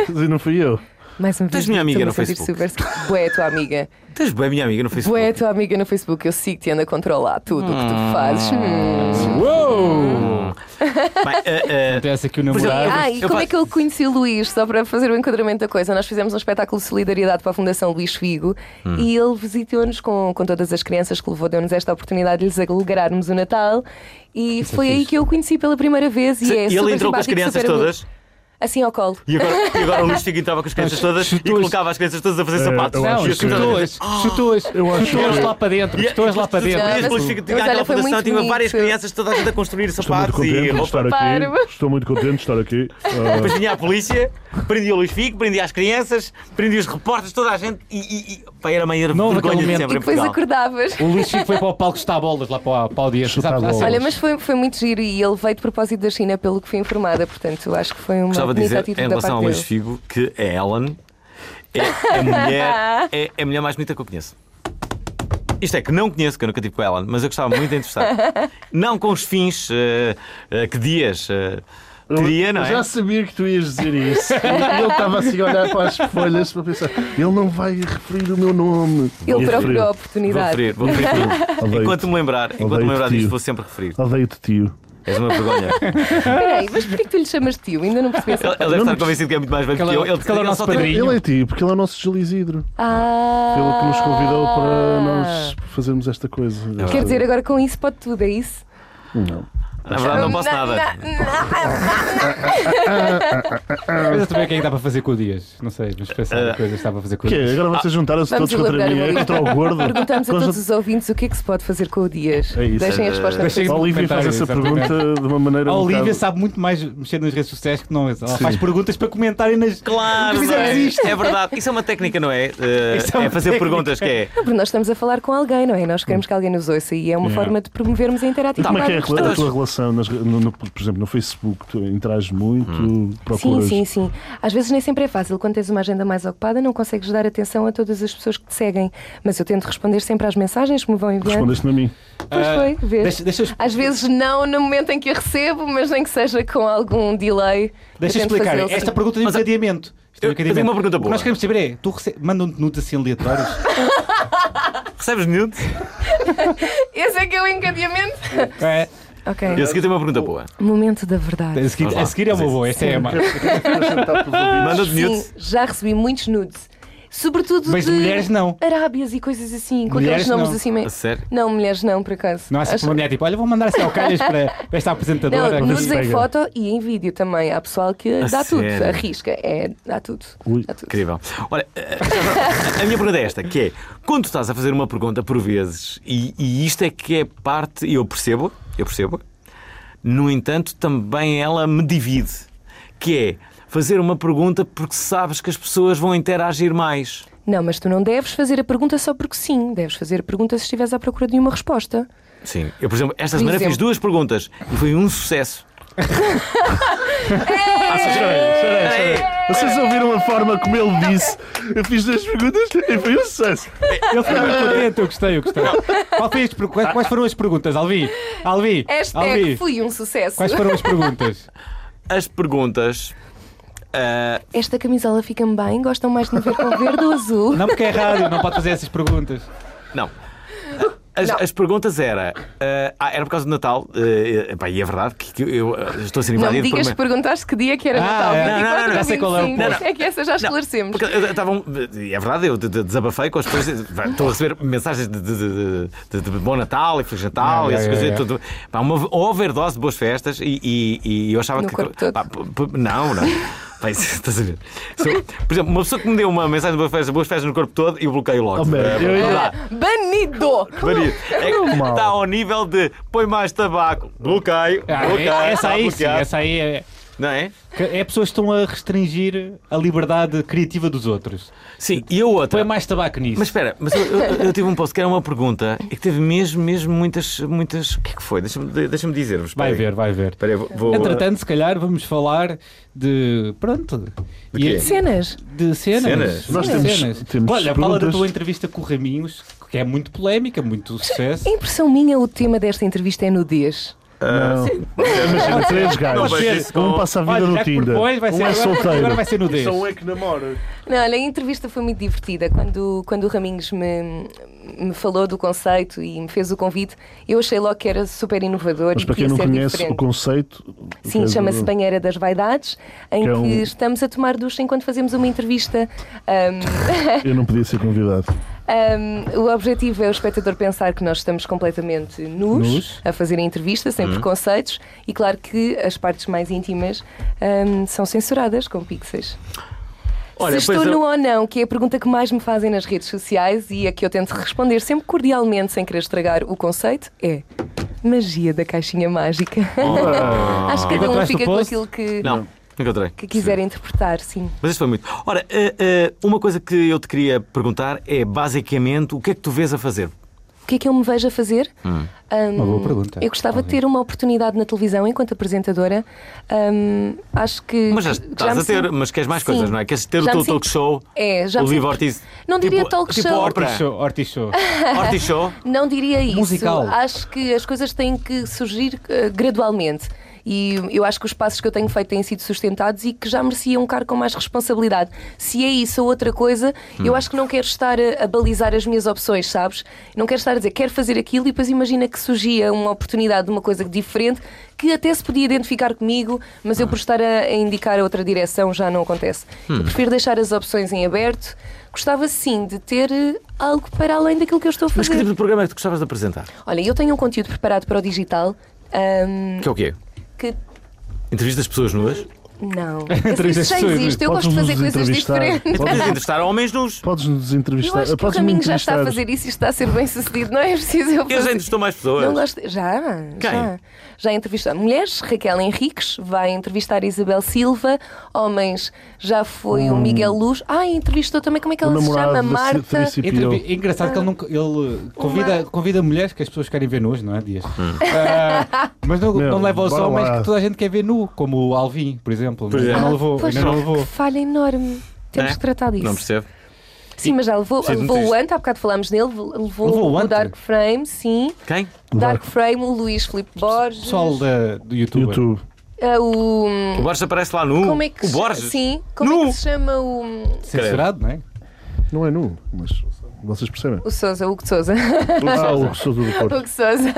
a Olivia. E não fui eu.
Mais uma
Tens
vez.
minha amiga
estou-me
no
a sentir
Facebook.
Super... Boa é a tua amiga.
tens bem minha amiga no Facebook.
Boa é a tua amiga no Facebook. Eu sigo que te anda a controlar tudo o que tu fazes. Hum.
Uou!
Bem, ah, ah,
Acontece aqui o
exemplo,
namorado.
Ah, e
Eu
como
fa-
é que eu conheci o Luís? Só para fazer o enquadramento da coisa, nós fizemos um espetáculo de solidariedade para a Fundação Luís Figo
Hum.
e ele visitou-nos com, com todas as crianças que levou, deu-nos esta oportunidade de lhes alegrarmos o Natal e foi aí
fixe.
que eu o conheci pela primeira vez. E,
se-
é
e ele
super
entrou com as
simpático,
crianças
super amigo.
todas.
Assim ao colo.
E
(laughs)
agora, e agora o Luís Figo entrava com as
Então,
crianças todas e
chutou-as.
colocava as crianças todas a fazer
É,
sapatos. assim
eu
Não,
acho que-
chutou-as, chutou-as, chutou-as lá para dentro,
E-
chutou-as lá para
tu sabias que o Luís Figo
dentro.
tinha
Mas olha,
aquela
foi muito
fundação, tinha várias
bonito.
crianças, toda a gente a construir
Estou muito
sapatos e
contente de
roupa.
estar
Parvo.
aqui. Estou muito contente de estar aqui. Ah,
Depois vinha a polícia, prendia o Luís Figo, prendia as crianças, prendia os repórteres, toda a gente e. e, e... Pá, era a maior
Não houve
vergonha
aquele
de
momento.
sempre
E
em
depois
Portugal.
acordavas.
O Luís Chico foi para o palco chutar bolas lá para, para o dia.
Chutar
Sabe, há
bolas.
cenas.
Olha, mas foi, foi muito giro e ele veio de propósito da China, pelo que fui informada, portanto acho que foi uma
Gostava de
bonita
dizer, em
atitude é da
relação ao
parte
Luís
dele.
Figo, que a Ellen é a
(laughs)
mulher, é a mulher mais bonita que eu conheço. Isto é, que não conheço, que eu nunca tive com a Ellen, mas eu gostava muito de
(laughs)
interessar. Não com os fins eh, eh, que dias eh,
eu-
teria, não é?
Eu já sabia que tu ias dizer
(laughs)
isso. E Ele estava assim a olhar para as folhas para pensar: ele não vai referir o meu nome.
Ele
E referiu.
procurou a
Vou
oportunidade.
referir, vou referir. enquanto
(laughs) Odeio-te,
me lembrar, enquanto me
Odeio-te,
lembrar disto,
tio.
vou sempre referir.
odeio-te, tio.
És uma
(laughs)
vergonha. Ele,
Peraí, mas porquê que tu lhe chamas tio? Ainda não percebi essa
ele
parte.
deve
Não,
estar
mas-
convencido que é muito mais velho
Porque
que eu.
ele- porque ele é
ele
nosso
só tem-
padrinho.
Ele é tio, porque ele é o nosso gelisidro.
Ah.
Ele que nos convidou para nós fazermos esta
É
coisa.
verdade.
Quer dizer, agora com isso pode tudo, é isso?
Não.
Na verdade, não posso
Na-
nada.
na- na-
Mas eu também o que é que dá para fazer com o Dias? Não sei, mas pensar em coisas que dá para fazer com
O
o
quê?
Dias.
Agora vocês juntaram-se
Ah, Vamos
todos contra
elaborar
mim, é
uma lista.
contra o gordo.
Perguntamos a
Contra-
todos os ouvintes o que é que se pode fazer com o Dias.
É isso.
Deixem
Eh,
a resposta.
deixem-
A Olivia faz
Comentário,
essa
exatamente.
pergunta de uma maneira.
A
um
Olivia
bocado-
sabe muito mais mexer nas redes sociais que não. Ela faz perguntas para comentarem nas.
Claro,
Mas
não é?
existe.
é verdade. Isso é uma técnica, não é? Eh,
Isso é uma
é fazer
técnica.
perguntas que é.
Porque nós estamos a falar com alguém, não é? Nós queremos que alguém nos ouça e é uma forma de promovermos a
E como é que é
interatividade.
a tua
Mas-
interação, nas re- no- no- por exemplo, no Facebook, tu interages muito,
Hum.
procuras.
Sim, sim, sim. Às vezes nem sempre é fácil. Quando tens uma agenda mais ocupada, não consegues dar atenção a todas as pessoas que te seguem. Mas eu tento responder sempre às mensagens que me vão enviando.
Respondeste-me a mim.
Pois
Ah,
foi, vês.
deixa- deixa eu exp-
Às vezes não no momento em que a recebo, mas nem que seja com algum delay.
Deixa eu
eu tento
explicar.
fazê-lo.
Esta pergunta de
Mas,
encadeamento. Isto é um
eu- eu tenho
encadeamento.
uma pergunta
O que Nós
boa.
queremos saber é: tu rece... mandam um nudes assim aleatórios?
Recebes nude?
Esse é que é
(laughs)
o encadeamento?
é.
ok.
E a seguir tem uma pergunta boa.
Momento da verdade.
A seguir,
Vá lá,
a seguir é uma
faz isso.
boa, esta é uma.
Manda-te nude.
Ah, Sim, já recebi muitos nudes. Sobretudo
Mas
de
mulheres não.
Arábias e coisas assim, com
Mulheres
aqueles nomes
não.
assim meio.
A sério?
Não, mulheres não, por acaso.
Não há sempre
Acho-
uma mulher tipo, olha, vou mandar assim ao calhas para, para esta apresentadora.
Não,
que
nudes
se
em
é assim." pega.
foto e em vídeo também. Há pessoal que
A
dá tudo,
sério?
arrisca, é, dá tudo.
Ui.
Dá tudo.
Incrível. Olha, eh, a minha pergunta é esta, que é, quando tu estás a fazer uma pergunta por vezes, e, e isto é que é parte, e eu percebo, eu percebo, no entanto, também ela me divide, que é fazer uma pergunta porque sabes que as pessoas vão interagir mais.
Não, mas tu não deves fazer a pergunta só porque sim. Deves fazer a pergunta se estiveres à procura de uma resposta.
Sim. Eu, por exemplo, esta
Por
semana
exemplo.
fiz duas perguntas e foi um
(laughs)
sucesso.
É!
é
Vocês ouviram a forma como ele disse? Eu fiz duas perguntas e foi um sucesso.
Ele ficou muito contente, eu gostei, eu gostei. Qual foi as per- quais, quais foram as perguntas, Alvi? Alvi,
Hashtag
Alvi,
fui um sucesso.
quais foram as perguntas?
As perguntas... ah,
Esta camisola fica-me bem? Gostam mais de me ver com verde ou azul?
Não porque é rádio, não pode fazer essas perguntas.
Não. As,
Não.
as perguntas era eh, ah, era por causa do Natal eh, eh, pá, e é verdade que, que eu eh, estou a ser
Não me
invadido por
digas
uma-
que perguntaste que dia que era
Ah,
Natal.
é. Não,
não, não, não,
24 ou
sei qual é o
25.
ponto.
É que essa já
Não,
esclarecemos.
porque eu estava um- e é verdade, eu de- de- desabafei com as coisas. vai, Estou a receber mensagens de, de- de- de- de Bom Natal e Feliz Natal
Ah,
e essas
é,
coisas.
é, é.
Tudo. Pá, uma overdose de boas festas e, e- e eu achava
No
que.
corpo todo.
pá, p- p- não, não. Pá, isso- (laughs) estás a ver? Se eu- por exemplo, uma pessoa que me deu uma mensagem de boas festas, boas festas no corpo todo e eu bloqueio logo.
Oh, man,
Eh,
eu ia-
não dá.
Banido!
Maria, é está ao nível de põe mais tabaco, bloqueio,
Ah,
bloqueio.
essa
está
aí sim,
bloqueado.
essa aí é.
Não é?
que É pessoas que estão a restringir a liberdade criativa dos outros.
Sim, e a outra.
Põe mais tabaco nisso.
Mas espera, mas eu, eu- eu tive um post que era uma pergunta e que teve mesmo, mesmo muitas. muitas... O que é que foi? Deixa-me de- deixa-me dizer-vos. espera
vai
aí.
ver, vai ver.
Espera aí, vou- vou-
Entretanto, se calhar vamos falar de. Pronto.
De quê?
Cenas.
De cenas.
Cenas?
Nós
Sim,
temos-
cenas.
temos
Olha, fala da
perguntas.
tua entrevista com o Raminhos, que é muito polémica, muito sucesso.
A impressão minha, o tema desta entrevista é nudez.
(laughs)
Ah, sim.
Imagina, três
Não
gajos.
vejo isso
Um
com-
passa a vida
Olha,
no
já que
Tinder.
propões, vai ser
um é
agora-
solteiro.
agora vai ser nudez.
E Só um é que namora.
Não, olha, a entrevista foi muito divertida. Quando, quando o Raminhos me, me falou do conceito e me fez o convite, eu achei logo que era super inovador
Mas
e
para
que
quem
ia
não
ser
conhece
diferente.
o conceito.
Sim,
que é
chama-se
do-
Banheira das Vaidades, em
Que
que,
é um-
estamos a tomar ducha enquanto fazemos uma entrevista. Ahm, (laughs)
Eu não podia ser convidado.
ahm, o objetivo é o espectador pensar que nós estamos completamente nus,
Nus.
a fazer a entrevista, sem preconceitos, e claro que as partes mais íntimas ahm, são censuradas com pixels.
Olha,
Se
pois
estou
eu-
nu ou não, que é a pergunta que mais me fazem nas redes sociais e a que eu tento responder sempre cordialmente, sem querer estragar o conceito, é magia da caixinha mágica.
Oh.
(laughs) Acho que cada um
Encontraste
fica
o
com
post?
aquilo que,
Não, encontrei.
que quiser interpretar, sim.
Mas isto foi muito. Ora, eh, eh, uma coisa que eu te queria perguntar é basicamente o que é que tu vês a
(laughs)
fazer?
O que é que eu me vejo a fazer?
Hum.
Ahm,
Uma boa pergunta.
Eu gostava de ter uma oportunidade na televisão enquanto apresentadora. Ahm, acho que.
Mas já
que- que
estás
me
a ter,
sinto-
mas queres mais
Sim.
coisas, não é? Queres ter
Já
o teu
me sinto-
talk show,
É, já
o
me
Vivo
sinto-
Ortiz.
Não diria talk
tipo
show.
Ópera.
Ortiz Show, Ortiz Show.
Ortiz Show?
Não diria isso.
Musical.
Acho que as coisas têm que surgir eh, gradualmente. E eu acho que os passos que eu tenho feito têm sido sustentados e que já merecia um cargo com mais responsabilidade. Se é isso ou outra coisa, eu acho que não quero estar a, a balizar as minhas opções, sabes? Não quero estar a dizer quero fazer aquilo e depois imagina que surgia uma oportunidade de uma coisa diferente que até se podia identificar comigo, mas eu por estar a, a indicar a outra direção já não acontece. Eu prefiro deixar as opções em aberto. Gostava sim de ter eh, algo para além daquilo que eu estou a
Mas que
fazer.
tipo de programa é que tu gostavas de apresentar?
Olha, eu tenho um conteúdo preparado para o digital ahm,
Que é o quê?
que
Entrevistas de pessoas nuas?
Não.
Três
Isso já
pessoas,
existe. Eu gosto
Podes-nos
de fazer coisas
entrevistar.
diferentes.
Podes
Podes-
entrevistar homens nus.
Podes-nos
Eu
entrevistar.
acho que o
Podes-me
caminho já está a
entrevistar.
fazer isso e está a ser bem sucedido. Não é preciso eu
Eu já
fazer.
entrevistou mais
Não
pessoas.
gosto. Já, já.
Quem?
Já entrevistou mulheres, Raquel Henriques vai entrevistar Isabel Silva, homens, já foi o Miguel Luz. Ah, entrevistou também, como é que
O
ela se
namorado da
chama? Marta.
Tri- Tricipio.
Entrevi- É engraçado que ele, nunca, ele convida, convida mulheres que as pessoas querem ver nuas, não é, Dias? Ah, mas não,
Hum. Meu,
não leva os
bora
homens
lá.
que toda a gente quer ver nu, como o Alvin, por exemplo. né?
Por
Ainda
exemplo.
não levou.
pois,
ainda não levou.
que falha enorme. Temos
É?
que tratar disso.
Não percebo.
Sim, mas já levou,
Sinto-me
levou o
é triste.
Anta, há bocado falámos nele, levou,
Levou o
o
Anta?
Dark Frame, sim.
Quem?
Dark Frame, o Luís Filipe Borges.
Pessoal da- do YouTube.
YouTube.
ah, o.
O Borges aparece lá nu.
Como é que
o
se-
Borges.
Sim, como é
Nu.
que se chama o.
Censurado, não é?
Não é nu, mas vocês
(laughs)
percebem.
O Souza, o Hugo de Souza.
Ah,
assim.
o sou do Porto.
Hugo Souza.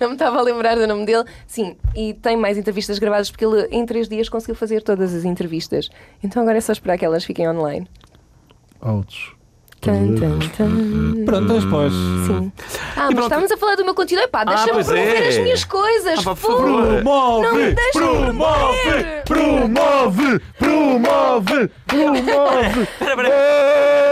Não me estava a lembrar do nome dele. Sim, e tem mais entrevistas gravadas porque ele em três dias conseguiu fazer todas as entrevistas. Então agora é só esperar que elas fiquem online.
Altos.
Tan, tan, tan.
Pronto, então vamos para
Hum.
os-
Sim. Ah,
Uhum. pronto.
mas estávamos a falar do meu conteúdo. Epá, deixa-me
pois
promover
é.
as minhas coisas.
Ah, pá, por
fogo.
favor.
Não me deixes promover.
Promove! Promove!
(laughs)
Promove!
Espera, espera.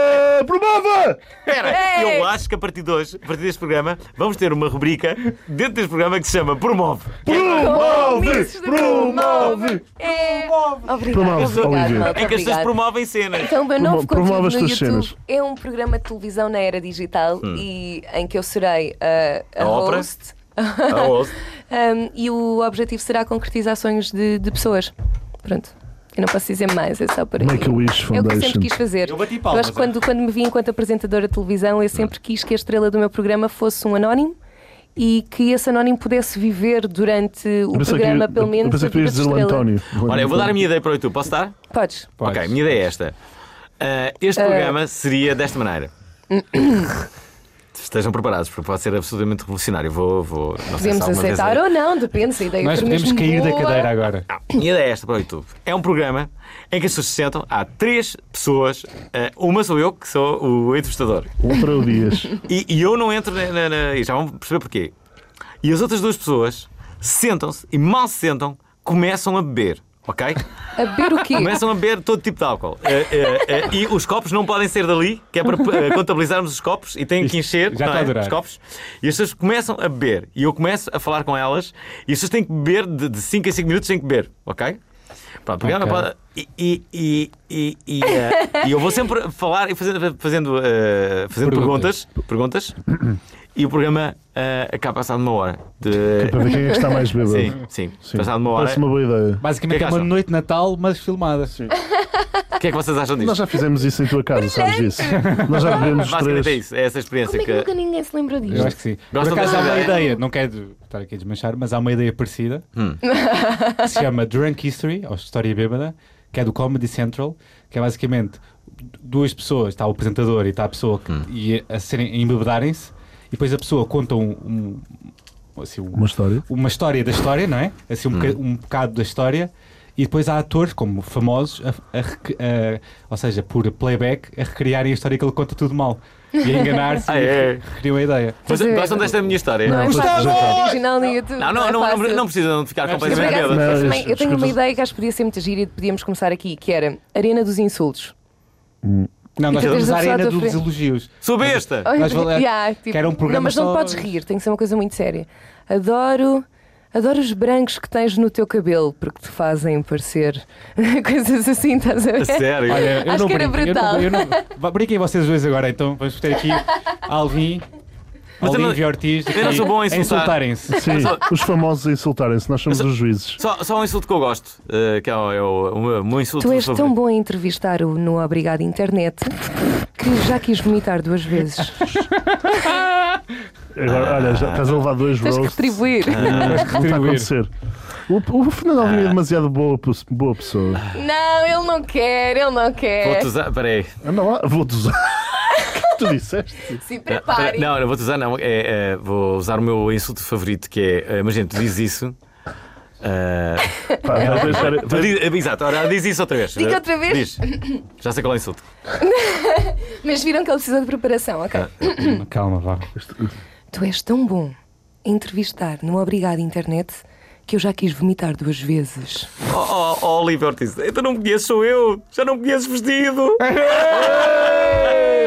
É, Promove!
Espera,
Ei!
eu acho que a partir de hoje, a partir deste programa, vamos ter uma rubrica dentro deste programa que se chama Promove.
Promove!
Compromissos de
Promove!
É. Obrigada.
Promove,
obrigado,
Olivier.
malta,
Em que as pessoas
obrigada.
promovem cenas.
Então, o meu novo
Promo- promove
conteúdo
as
no
tuas
YouTube
cenas.
é um programa de televisão na era digital
Hum.
e em que eu serei a, a
A ópera?
host. (laughs)
Ah, ouço.
Um, e o objetivo será concretizar sonhos de, de pessoas. Pronto. Eu não posso dizer mais, é só por aqui.
Make a Wish
É o que eu
Foundation.
sempre quis fazer.
Eu bati palmas, é.
acho que quando, quando me vi enquanto apresentadora de televisão, eu sempre quis que a estrela do meu programa fosse um anónimo e que esse anónimo pudesse viver durante o
Eu pensei que-
programa, pelo menos.
Eu pensei
a
que tu ias dizer
vida de
o
estrela.
António.
Olha, eu vou dar a minha ideia para o YouTube. Posso dar?
Podes.
Podes.
Ok, a minha ideia é esta. Ah, este programa seria desta
(coughs)
maneira. Estejam preparados, porque pode ser absolutamente revolucionário. Vou, vou. Não sei se
Podemos
alguma é vez
aceitar ou não, depende se a ideia
Nós
for
podemos
mesmo
cair da
boa.
cadeira agora.
Ah, minha ideia é esta para o YouTube. É um programa em que as pessoas se sentam, há três pessoas, eh, uma sou eu, que sou o entrevistador,
Outra o Dias.
e, e eu não entro na, na- na- E já vão perceber porquê. E as outras duas pessoas sentam-se e mal se sentam, começam a beber, ok?
A beber o quê?
Começam a beber todo tipo de álcool. Eh, eh, eh, e os copos não podem ser dali, que é para eh, contabilizarmos os copos e têm que
Isto
encher
já
não
está a
é?
durar.
os copos. E as pessoas começam a beber. E eu começo a falar com elas e as pessoas têm que beber de 5 a 5 minutos, têm que beber, ok? Pronto, porque ela
Ok.
pode- E, e, e, e, e, eh, e eu vou sempre falar e fazendo, fazendo, eh, fazendo perguntas.
Perguntas.
perguntas e o programa eh, acaba passado uma hora. De...
Para ver quem é que está mais bêbado.
Sim, sim, Passado uma hora.
Parece uma boa ideia.
Basicamente
Que
é uma
acham?
noite de Natal, mas filmada. Sim.
O que é que vocês acham disso?
Nós já fizemos isso em tua casa, sabes disso? Nós já bebemos
Basicamente é
três.
isso, é essa experiência
Como é que
que.
nunca ninguém se lembrou disto?
Eu acho que sim. Por
Gostam
acaso há
dessa
uma
ideia?
ideia, não quero estar aqui a desmanchar, mas há uma ideia parecida que se chama Drunk History, ou História Bêbada, que é do Comedy Central, que é basicamente duas pessoas, está o apresentador e está a pessoa que, e a, serem, a embebedarem-se, e depois a pessoa conta um, um- assim, um-
Uma história.
uma história da história, não é? Assim, um,
Hum.
boca- um bocado da história. E depois há atores, como famosos, a- a rec- a- ou seja, por playback, a recriarem a história que ele conta tudo mal. E a
(laughs)
enganar-se
Ah,
e
é.
recriam a ideia.
Mas
Mas é-
gostam desta minha história?
Não, é
Gostavo!
fácil. original no YouTube.
Não, não,
é
não, não,
fácil.
não precisam de ficar
Não é
Mas por
completamente
acaso,
bêbados.
Não,
eu
isso-
também- eu tenho
desculpa.
uma ideia que acho que podia ser muito gira e podíamos começar aqui, que era Arena dos Insultos.
Não, nós
tu tens
vamos
a
à
pessoa à
arena
tua
dos
frente.
elogios.
Sou
(laughs)
besta!
Nós vale-
Yeah, tipo,
que era um programa
não, mas não
só-
podes rir, tem que ser uma coisa muito séria. Adoro. Adoro os brancos que tens no teu cabelo, porque te fazem parecer (laughs) coisas assim, estás a ver?
A sério?
Olha, eu
Acho
não
que era
brinco, eu
brutal.
não- eu não- Vá, Brinquem vocês dois agora, então. Vamos ter
(laughs)
aqui Alvin,
Mas eu não-
Olívia Ortiz.
eu não
aqui
sou bom a
a insultarem-se.
Sim, os famosos a insultarem-se, nós somos os juízes.
Só, só um insulto que eu gosto, eh, que é o, é o- o meu- o meu insulto
Tu és
favorito.
tão bom a entrevistar o no Obrigado Internet que já quis vomitar duas vezes.
Agora, olha, já estás a levar dois
(laughs) Tens que
roasts.
retribuir.
Não está a acontecer. O, o Fernando Alvim é demasiado boa, pe- boa pessoa.
Não, ele não quer, ele não quer.
Vou-te usar. Peraí.
Anda lá, vou-te usar. (laughs) O que é que tu disseste?
Se
Peraí,
preparem.
Ah,
Não, não vou-te usar, não. É, é, vou usar o meu insulto favorito, que é. eh, imagina, tu dizes isso. eh,
Pá, vai deixar-
tu
vai-
diz- eh, exato, ora, diz isso outra vez.
Diga outra vez?
Diz. Já sei qual é o insulto.
Mas viram que ele precisa de preparação, ok?
Calma, vá.
Tu és tão bom a entrevistar no Obrigado Internet que eu já quis vomitar duas vezes.
Oh, oh, Olivia Ortiz, então não me conheço, sou eu. Já não me conheço vestido.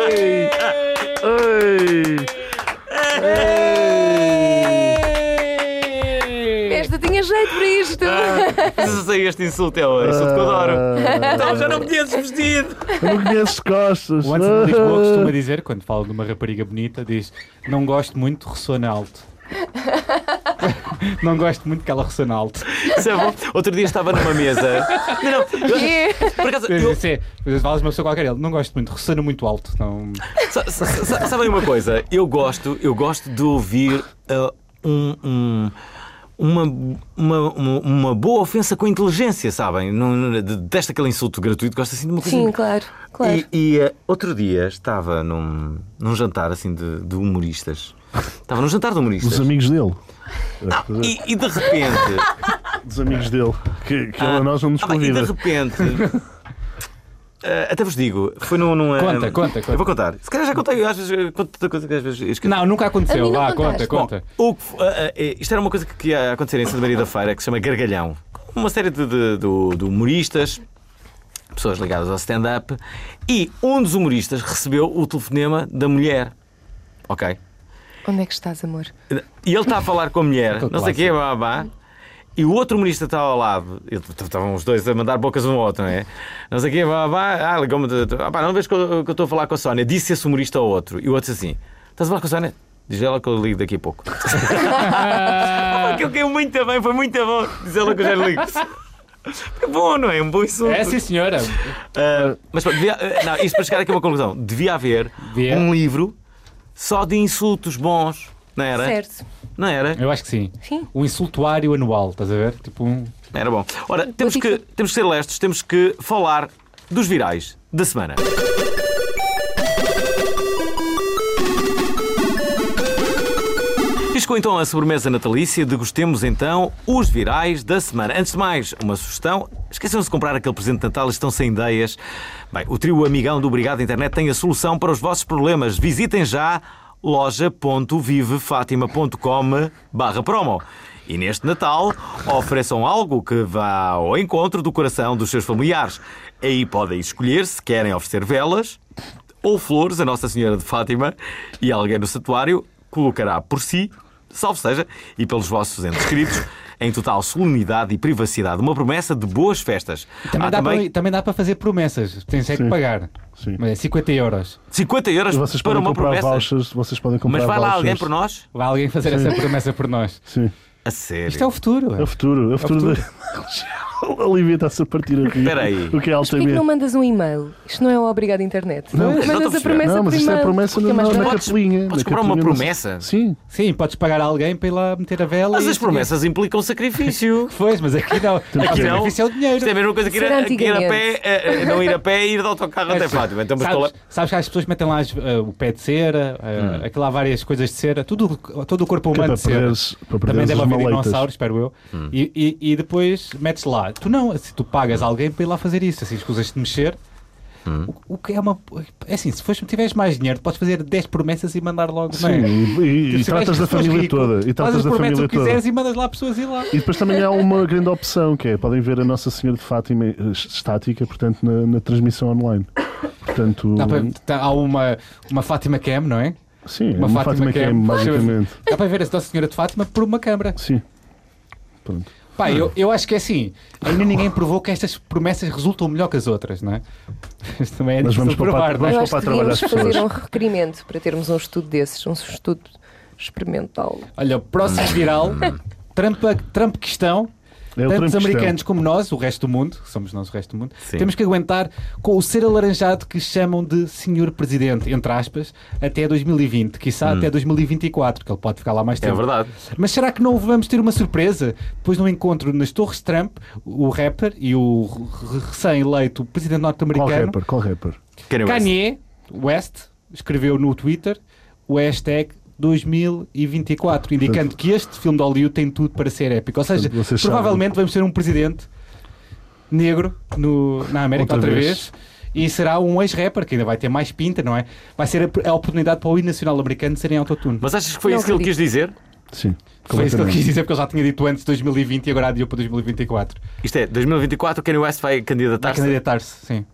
Ei!
Esta tinha jeito para isto!
Ah.
Sei este insulto, eu sou de que eu adoro. Então já não me conheço vestido.
Eu não conheço costas.
O Anderson de
(laughs)
Lisboa costuma dizer, quando fala de uma rapariga bonita, diz: Não gosto muito, ressona alto. (laughs) não gosto muito que ela ressona alto.
Isso é bom. Outro dia estava numa mesa. Não, não. eu- por acaso,
Mas
eu-
isso é- Às vezes falas de uma pessoa qualquer, ele não gosto muito, ressona muito alto. Não...
sa- sa- sa- sabem uma coisa? Eu gosto, eu gosto de ouvir ah, um- um- uma, uma, uma, uma boa ofensa com inteligência, sabem? Não, não, desta aquele insulto gratuito, gosto assim de uma coisa.
Sim, claro, claro.
E, e, eh, outro dia estava num, num jantar assim de, de humoristas. Estava num jantar de
Dos
humoristas.
amigos dele.
é.
E, e de repente.
(laughs)
Dos amigos dele. Que, que
é
ele a nós não nos
Ah, bem, e de
convida.
repente. eh, até vos digo, foi num. num, eh,
Conta, conta,
Eu
conta.
vou contar. Se calhar já contei, às vezes eh, conto tanta coisa que às vezes esqueço.
Não, nunca
A
aconteceu.
mim não
Vá,
contaste.
conta, conta.
O que f- ah, ah, eh, isto era uma coisa que, que ia acontecer em Santa Maria da Feira que se chama Gargalhão. Uma série de, de- de- de humoristas, pessoas ligadas ao stand-up, e um dos humoristas recebeu o telefonema da mulher. Ok?
Onde é que estás, amor?
E ele está a falar com a mulher,
Aquele
não sei o quê, blá, blá, blá. E o outro ministro está ao lado, Ele- estavam os dois a mandar bocas um ao outro, não é? Não sei o quê, blá, blá, blá. ah, ligou-me, tu- tu- ah, pá, não vês que eu que eu estou a falar com a Sónia, disse esse humorista ao outro, e o outro disse assim: estás a falar com a Sónia? Diz ela que eu ligo daqui a pouco. (laughs) Ah, que eu caiu muito bem, foi muito bom. Diz ela que eu já ligo. É bom, não é? Um bom insulto.
É sim, senhora.
Ah, mas pronto, devia, ah, não, isto para chegar aqui a uma conclusão: devia haver
Devia.
um livro só de insultos bons, não era?
Certo.
Não era?
Eu acho que sim.
Sim.
Um insultuário anual, estás a ver? Tipo um.
Era bom. Ora, temos que, temos que ser lestes, temos que falar dos virais da semana. E chegou então a sobremesa natalícia, degustemos então os virais da semana. Antes de mais, uma sugestão, esqueçam-se de comprar aquele presente de Natal, estão sem ideias. Bem, o trio amigão do Obrigado Internet tem a solução para os vossos problemas. Visitem já loja.vivefatima.com barra promo. E neste Natal, ofereçam algo que vá ao encontro do coração dos seus familiares. Aí podem escolher se querem oferecer velas, ou flores a Nossa Senhora de Fátima e alguém no santuário colocará por si, salvo seja, e pelos vossos entes queridos, em total solenidade e privacidade, uma promessa de boas festas.
Também,
Há
dá
também
Para, também dá para fazer promessas. Tens é que pagar.
Ah, Sim.
Mas é 50 euros.
50 euros
Vocês
para
podem
uma
comprar
promessa.
vouchers. Vocês podem comprar
Mas vai lá
vouchers.
alguém por nós?
Vai alguém fazer essa promessa por nós.
Sim.
A sério.
Isto é o futuro.
É o futuro. É o futuro, (laughs) da. a Olivia está-se a partir a rir.
Espera aí.
O que é
Por que que
altamente.
não mandas um e-mail? Isto não é o obrigado internet.
Não,
Mandas
não estou a
a
perceber.
promessa
Não, mas
por
isto é
e-mail.
promessa
Porque é
na,
mais
na
barato.
Podes-
capelinha.
podes
na
comprar uma
capelinha, não-
promessa?
Sim.
Sim, podes pagar alguém para ir lá meter a vela.
Mas
e
as
isso-
promessas implicam sacrifício.
Pois, mas aqui
(laughs)
não. (laughs) aqui
não.
o benefício é o dinheiro.
Isto é a mesma coisa que ir, a,
Será
que ir a pé,
antigamente.
eh, eh, não ir a pé e ir de autocarro até
Mas,
Fátima. Então, mas
sabes,
qual é- Hum.
sabes que as pessoas metem lá as- eh, o pé de cera, eh, aquilo há várias coisas de cera, tudo, todo o corpo
Que é
humano de
para
cera.
perderes, para
Também
perderes
deve
as
haver
maletas.
dinossauros, espero eu.
Hum.
E, e, e depois metes lá. Tu não, se tu pagas alguém para ir lá fazer isso, assim, escusas de mexer.
Hum.
O, o que é uma. É assim, se fores, tiveres mais dinheiro, podes fazer 10 promessas e mandar logo. não é?
Sim, e, e- e
Tipo, se tiveres
tratas da
pessoas
família
rico,
toda. E
fazes
tratas da
promessas
família
o que
toda.
quiseres e mandas lá pessoas ir lá.
E depois também há uma grande opção que é podem ver a Nossa Senhora de Fátima eh, estática, portanto, na, na transmissão online. Portanto,
Dá para- tá- há uma, uma Fátima Cam, não é?
sim,
uma
uma, Fátima,
Fátima
que é
Cam.
magicamente.
Dá para ver a Nossa Senhora de Fátima por uma câmara.
Sim. Pronto.
Pá, eu, eu acho que é assim. Ainda ninguém provou que estas promessas resultam melhor que as outras, não é? (laughs) Isto também é
Mas
difícil
vamos
de provar,
poupar-
não é?
Eu
Vamos
acho
poupar
que
trabalho às
devíamos fazer
pessoas.
um requerimento para termos um estudo desses, um estudo experimental.
Olha, o próximo viral,
Hum.
Trump, Trump questão.
É
Tanto
o Trump
os
questão.
americanos como nós, o resto do mundo, que somos nós o resto do mundo,
Sim.
temos que aguentar com o ser alaranjado que chamam de senhor presidente, entre aspas, até 2020, quiçá até 2024, que ele pode ficar lá mais
Hum. É
tempo.
verdade.
Mas será que não vamos ter uma surpresa? Depois no encontro nas Torres Trump, o rapper e o re- recém-eleito presidente
Qual
norte-americano,
rapper? É Qual rapper?
Kanye West.
Kanye West, escreveu no Twitter o hashtag 2024, indicando que este filme de Hollywood tem tudo para ser épico. Ou seja,
Portanto, vocês
provavelmente vamos ter um presidente negro no- na América outra,
Outra
vez.
vez.
E será um ex-rapper que ainda vai ter mais pinta, não é? Vai ser a, a oportunidade para o hino nacional americano serem autotune.
Mas achas que foi
Não
isso que ele quis
acredito.
dizer?
Foi
Sim.
isso que eu
Completamente.
quis dizer, porque eu já tinha dito antes 2020 e agora adiou para 2024.
Isto é, 2024 o Kanye West vai
Vai
candidatar-se.
candidatar-se, sim.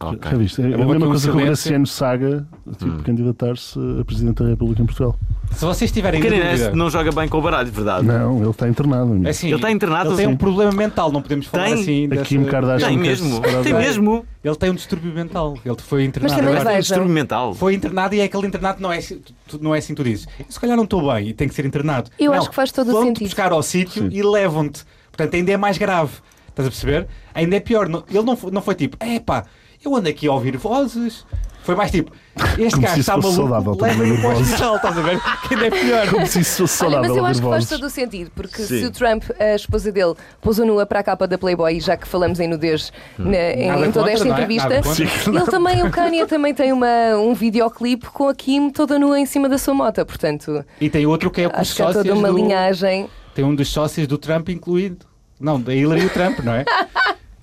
Ok.
Já viste? É,
uma
a mesma
boa
coisa que
coincidência.
o
Hum.
Graciano Saga, tipo, candidatar-se a Presidente da República em Portugal.
Se vocês tiverem
O Kanye
dúvida...
West né, não joga bem com o baralho, verdade.
Não, ele está internado. amigo.
Ah, É assim,
Ele está internado,
Ele tem
sim.
um problema mental, não podemos falar
Tem.
assim.
A Kim Kardashian
Tem
quer
mesmo,
se separar
tem
da-
mesmo.
Ele tem um distúrbio mental. Ele foi internado.
também
Agora,
Tem um
Vejam.
distúrbio mental.
Foi internado e é aquele internado não é, assim- tu- tu- não é assim que tu dizes. Se calhar não estou bem e tem que ser internado.
Eu
Não,
acho que faz todo o
vão-te
sentido.
buscar ao sítio e levam-te. Portanto, ainda é mais grave. Estás a perceber? Ainda é pior. Não- Ele não foi, não foi tipo, epá, eu ando aqui a ouvir vozes. Foi mais tipo, este
Como
gajo
se isso
está
fosse
maluco,
saudável, também,
leva-me para o
vozes.
hospital, estás a ver? Que ainda é pior.
(laughs) Como se isso fosse
Olha,
saudável.
mas eu acho que
ouvir
faz
vozes.
todo o sentido, porque
Sim.
se o Trump, a esposa dele, pousou nua para a capa da Playboy, já que falamos em nudez
Hum.
na- em,
Nada
em toda
contra,
esta
não é?
entrevista,
Nada contra.
ele também, o Kanye também tem uma, um videoclipe com a Kim toda nua em cima da sua moto, portanto,
E tem outro que é com os
acho que há
sócios
toda uma
do-
linhagem.
Tem um dos sócios do Trump incluído. Não, da Hillary e o Trump, não
(laughs)
é?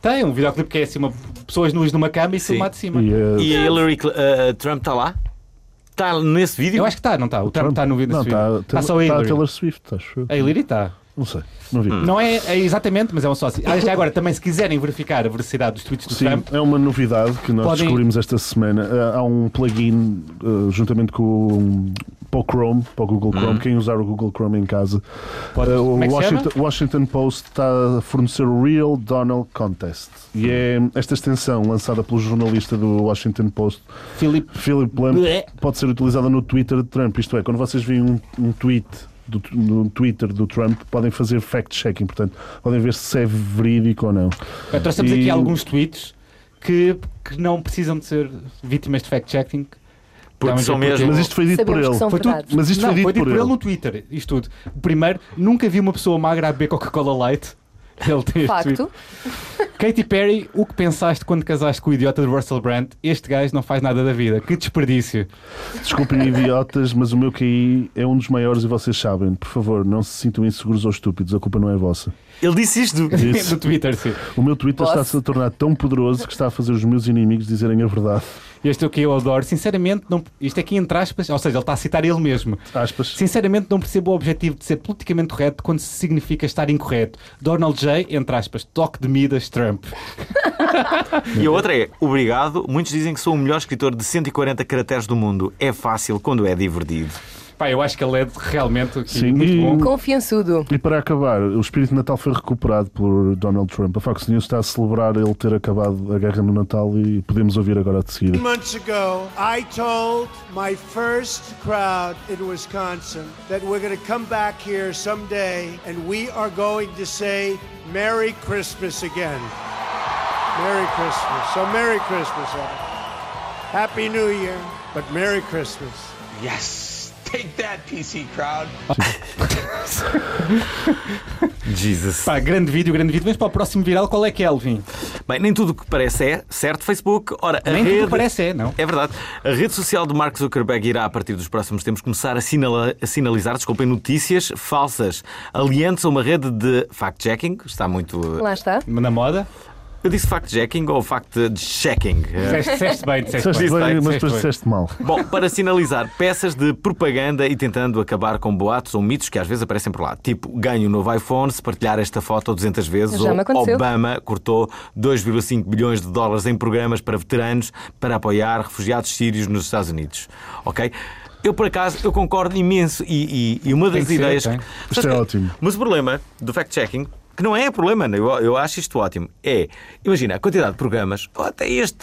Tem um videoclipe que é assim, uma, pessoas nuas numa cama e
Sim.
filmado de cima.
E, eh,
E a Hillary Cl- uh, Trump está lá? Está nesse vídeo?
Eu acho que está, não está. O Trump está no vídeo
Não,
nesse vídeo.
está
Está só a
tá a
Hillary. É.
Taylor Swift, acho eu.
A Hillary está.
Não sei, não vi.
Não é, é exatamente, mas é um sócio. Ah, já agora, também se quiserem verificar a veracidade dos tweets do
Sim,
Trump,
é uma novidade que nós
Podem-
descobrimos esta semana. Ah, Há um plugin ah, juntamente com para o Chrome, para o Google Chrome, quem usar o Google Chrome em casa.
Hum. Pode-
Ah, o
como é que se
Washington, Washington Post está a fornecer o Real Donald Contest. E é esta extensão lançada pelo jornalista do Washington Post,
Philip
Philip Lamb,
Blé.
pode ser utilizada no Twitter de Trump. Isto é, quando vocês veem um, um tweet do, no Twitter do Trump, podem fazer fact-checking, portanto, podem ver se é verídico ou não.
Eu trouxemos
E-
aqui alguns tweets que, que não precisam de ser vítimas de fact-checking.
Porque
Dá-me
são
jeito
mesmo.
porque-
Mas isto foi dito por
Sabemos
ele.
que são
Foi tudo-
verdade.
Mas isto
não,
foi dito por ele.
no Twitter, isto tudo. O primeiro, nunca vi uma pessoa magra a beber Coca-Cola Light. (laughs) Ele tem este tweet.
Facto.
Katy Perry, o que pensaste quando casaste com o idiota de Russell Brand? Este gajo não faz nada da vida. Que desperdício.
Desculpem, idiotas, mas o meu QI é um dos maiores e vocês sabem. Por favor, não se sintam inseguros ou estúpidos, a culpa não é vossa.
Ele disse isto.
(laughs)
Isso.
no Twitter, sim.
O meu Twitter
Vossa.
está-se a tornar tão poderoso que está a fazer os meus inimigos dizerem a verdade.
Este é o que eu adoro. Sinceramente, não... isto aqui entre aspas, ou seja, ele está a citar ele mesmo.
Aspas.
Sinceramente, não percebo o objetivo de ser politicamente correto quando se significa estar incorreto. Donald J, entre aspas, toque de Midas Trump.
E a outra é, obrigado, muitos dizem que sou o melhor escritor de 140 caracteres do mundo. É fácil quando é divertido.
Pá, eu acho que ele é de- realmente aqui
Sim,
muito
e-
bom.
Confiançudo.
E para acabar, o espírito de Natal foi recuperado por Donald Trump. A Fox News está a celebrar ele ter acabado a guerra no Natal e podemos ouvir agora de seguida.
months ago, I told my first crowd in Wisconsin that we're going to come back here someday and we are going to say Merry Christmas again. Merry Christmas. So, Merry Christmas, all. Happy New Year, but Merry Christmas.
Yes. Take that, PC crowd.
Jesus.
Pá, grande vídeo, grande vídeo. Vamos para o próximo viral. Qual é que é, Elvin?
Bem, nem tudo o que parece é, certo, Facebook. Ora, a
Nem
rede...
tudo parece é, não?
É verdade. A rede social de Mark Zuckerberg irá, a partir dos próximos tempos, começar a, sinala- a sinalizar, desculpem, notícias falsas, aliantes a uma rede de fact-checking. Está muito.
Lá está.
Na moda?
Eu disse fact-checking ou fact-checking? É.
Disseste disseste bem, disseste
Disseste
bem.
bem,
bem, mas
disseste bem.
depois disseste mal.
Bom, para sinalizar peças de propaganda e tentando acabar com boatos ou mitos que às vezes aparecem por lá. Tipo, ganho um novo iPhone se partilhar esta foto 200 vezes.
Já
ou
me aconteceu.
Obama cortou 2,5 bilhões de dólares em programas para veteranos para apoiar refugiados sírios nos Estados Unidos. Ok? Eu, por acaso, eu concordo imenso e, e- e uma
Tem
das
que ser,
ideias...
tem.
Mas
Isto é
que-
ótimo.
Mas o problema do fact-checking, que não é problema, eu, eu acho isto ótimo, é, imagina, a quantidade de programas, ou até este...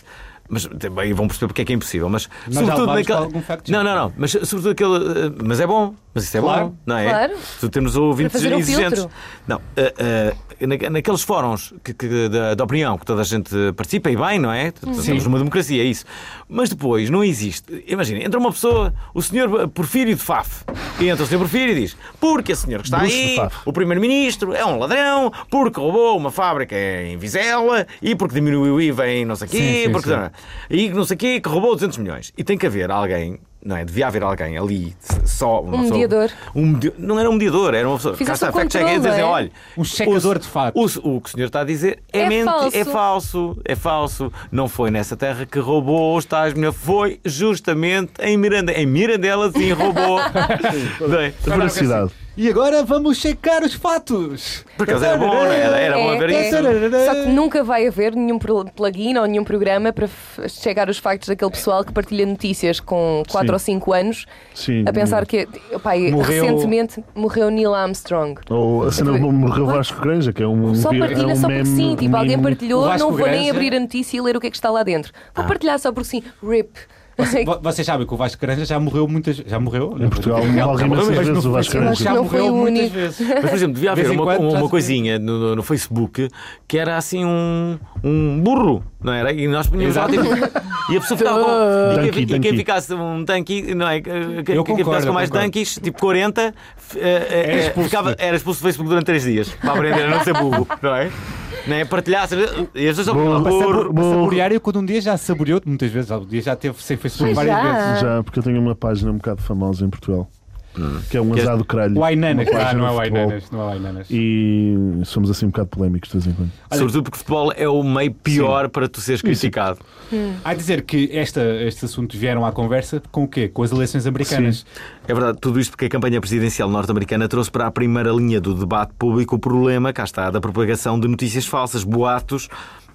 Mas também vão perceber porque é que é impossível, mas
Nós já levámos para algum fact-check.
não, não, não. Mas sobretudo aquele. eh, Mas é bom. Mas isso é
Claro.
bom, não é?
Claro.
Tu temos ouvintes
Para fazer um
exigentes.
filtro.
Não. eh, eh, na- naqueles fóruns que, que- da, da opinião que toda a gente participa e bem, não é? Temos uma democracia, é isso. Mas depois não existe. Imagina, entra uma pessoa, o senhor eh, Porfírio de Faf. E entra o senhor Porfírio e diz: Porque esse senhor que está
Bruce de
aí,
Faf.
o primeiro-ministro, é um ladrão, porque roubou uma fábrica em Vizela e porque diminuiu o IVA em não sei o quê,
Sim, sim,
porque.
sim.
E que não sei o quê, que roubou 200 milhões. E tem que haver alguém, não é? Devia haver alguém ali, s- só uma
Um
pessoa-
mediador.
um medi- Não era um mediador, era uma pessoa.
Fizesse
Cá está,
um
fact-check, é dizer,
controle, é?
olha,
Um checador
o-
de facto.
O, o que o senhor está a dizer é,
É
mente,
falso.
é falso, é falso. Não foi nessa terra que roubou os tais milhões, foi
(laughs)
justamente em Miranda. Em Mirandela, sim, roubou. Bem,
Veracidade.
E agora vamos checar os fatos.
Por acaso era
Então,
bom, né? era, era bom
É,
haver
é.
isso.
Só que nunca vai haver nenhum pro- plugin ou nenhum programa para f- chegar os factos daquele pessoal que partilha notícias com 4
Sim.
ou 5 anos
Sim.
a pensar que opá, e
Morreu-
recentemente morreu Neil Armstrong.
Ou a cena do morreu Vasco Granja, que é um.
Só
um-
partilha
é um
só porque
meme-
sim, tipo, alguém
meme-
O
partilhou,
Vasco
não vou nem
Granja-
abrir a notícia e ler o que é que está lá dentro. Vou partilhar só porque sim, RIP.
Vo- Vocês sabem É que o Vasco Granja já morreu muitas Já morreu?
Em Portugal, morre
mas
imensas
no
vezes o Vasco
Acho
Granja.
que
Já
não foi
morreu
o
muitas
único.
vezes.
Mas, por exemplo, devia
De
haver
vez em
uma,
quando
uma- uma
faz-
coisinha no, no- no Facebook que era assim um, um burro, não era? E nós punhamos lá tipo, E a pessoa ficava
(laughs)
com. e
Tanque,
quem- E quem,
tanque.
ficasse um tanque, não é? Que- que- Quem,
concordo,
ficasse com mais
concordo.
tanques, tipo 40, f- eh, eh,
Era
eh,
expulso.
ficava- era expulso do Facebook durante 3 dias para aprender a não ser burro, não é? Não é? Partilhasse. E as pessoas só
Burro,
burro,
burro, burro.
Saborear eu quando um dia já saboreou muitas vezes. Um dia já teve sem Facebook
Pois
várias
já.
vezes.
Já, porque eu tenho uma página um bocado famosa em Portugal. Que é um
Que é-
azar do caralho.
Ah. O Ainanas.
Uma
Ah, não é o
página de futebol.
Ainanas. Não é o Ainanas.
E somos assim um bocado polémicos de vez em quando.
Sobretudo porque futebol é o meio pior para tu seres criticado.
Há a dizer que esta, estes assuntos vieram à conversa com o quê? Com as eleições americanas.
É verdade, tudo isto porque a campanha presidencial norte-americana trouxe para a primeira linha do debate público o problema, cá está, da propagação de notícias falsas, boatos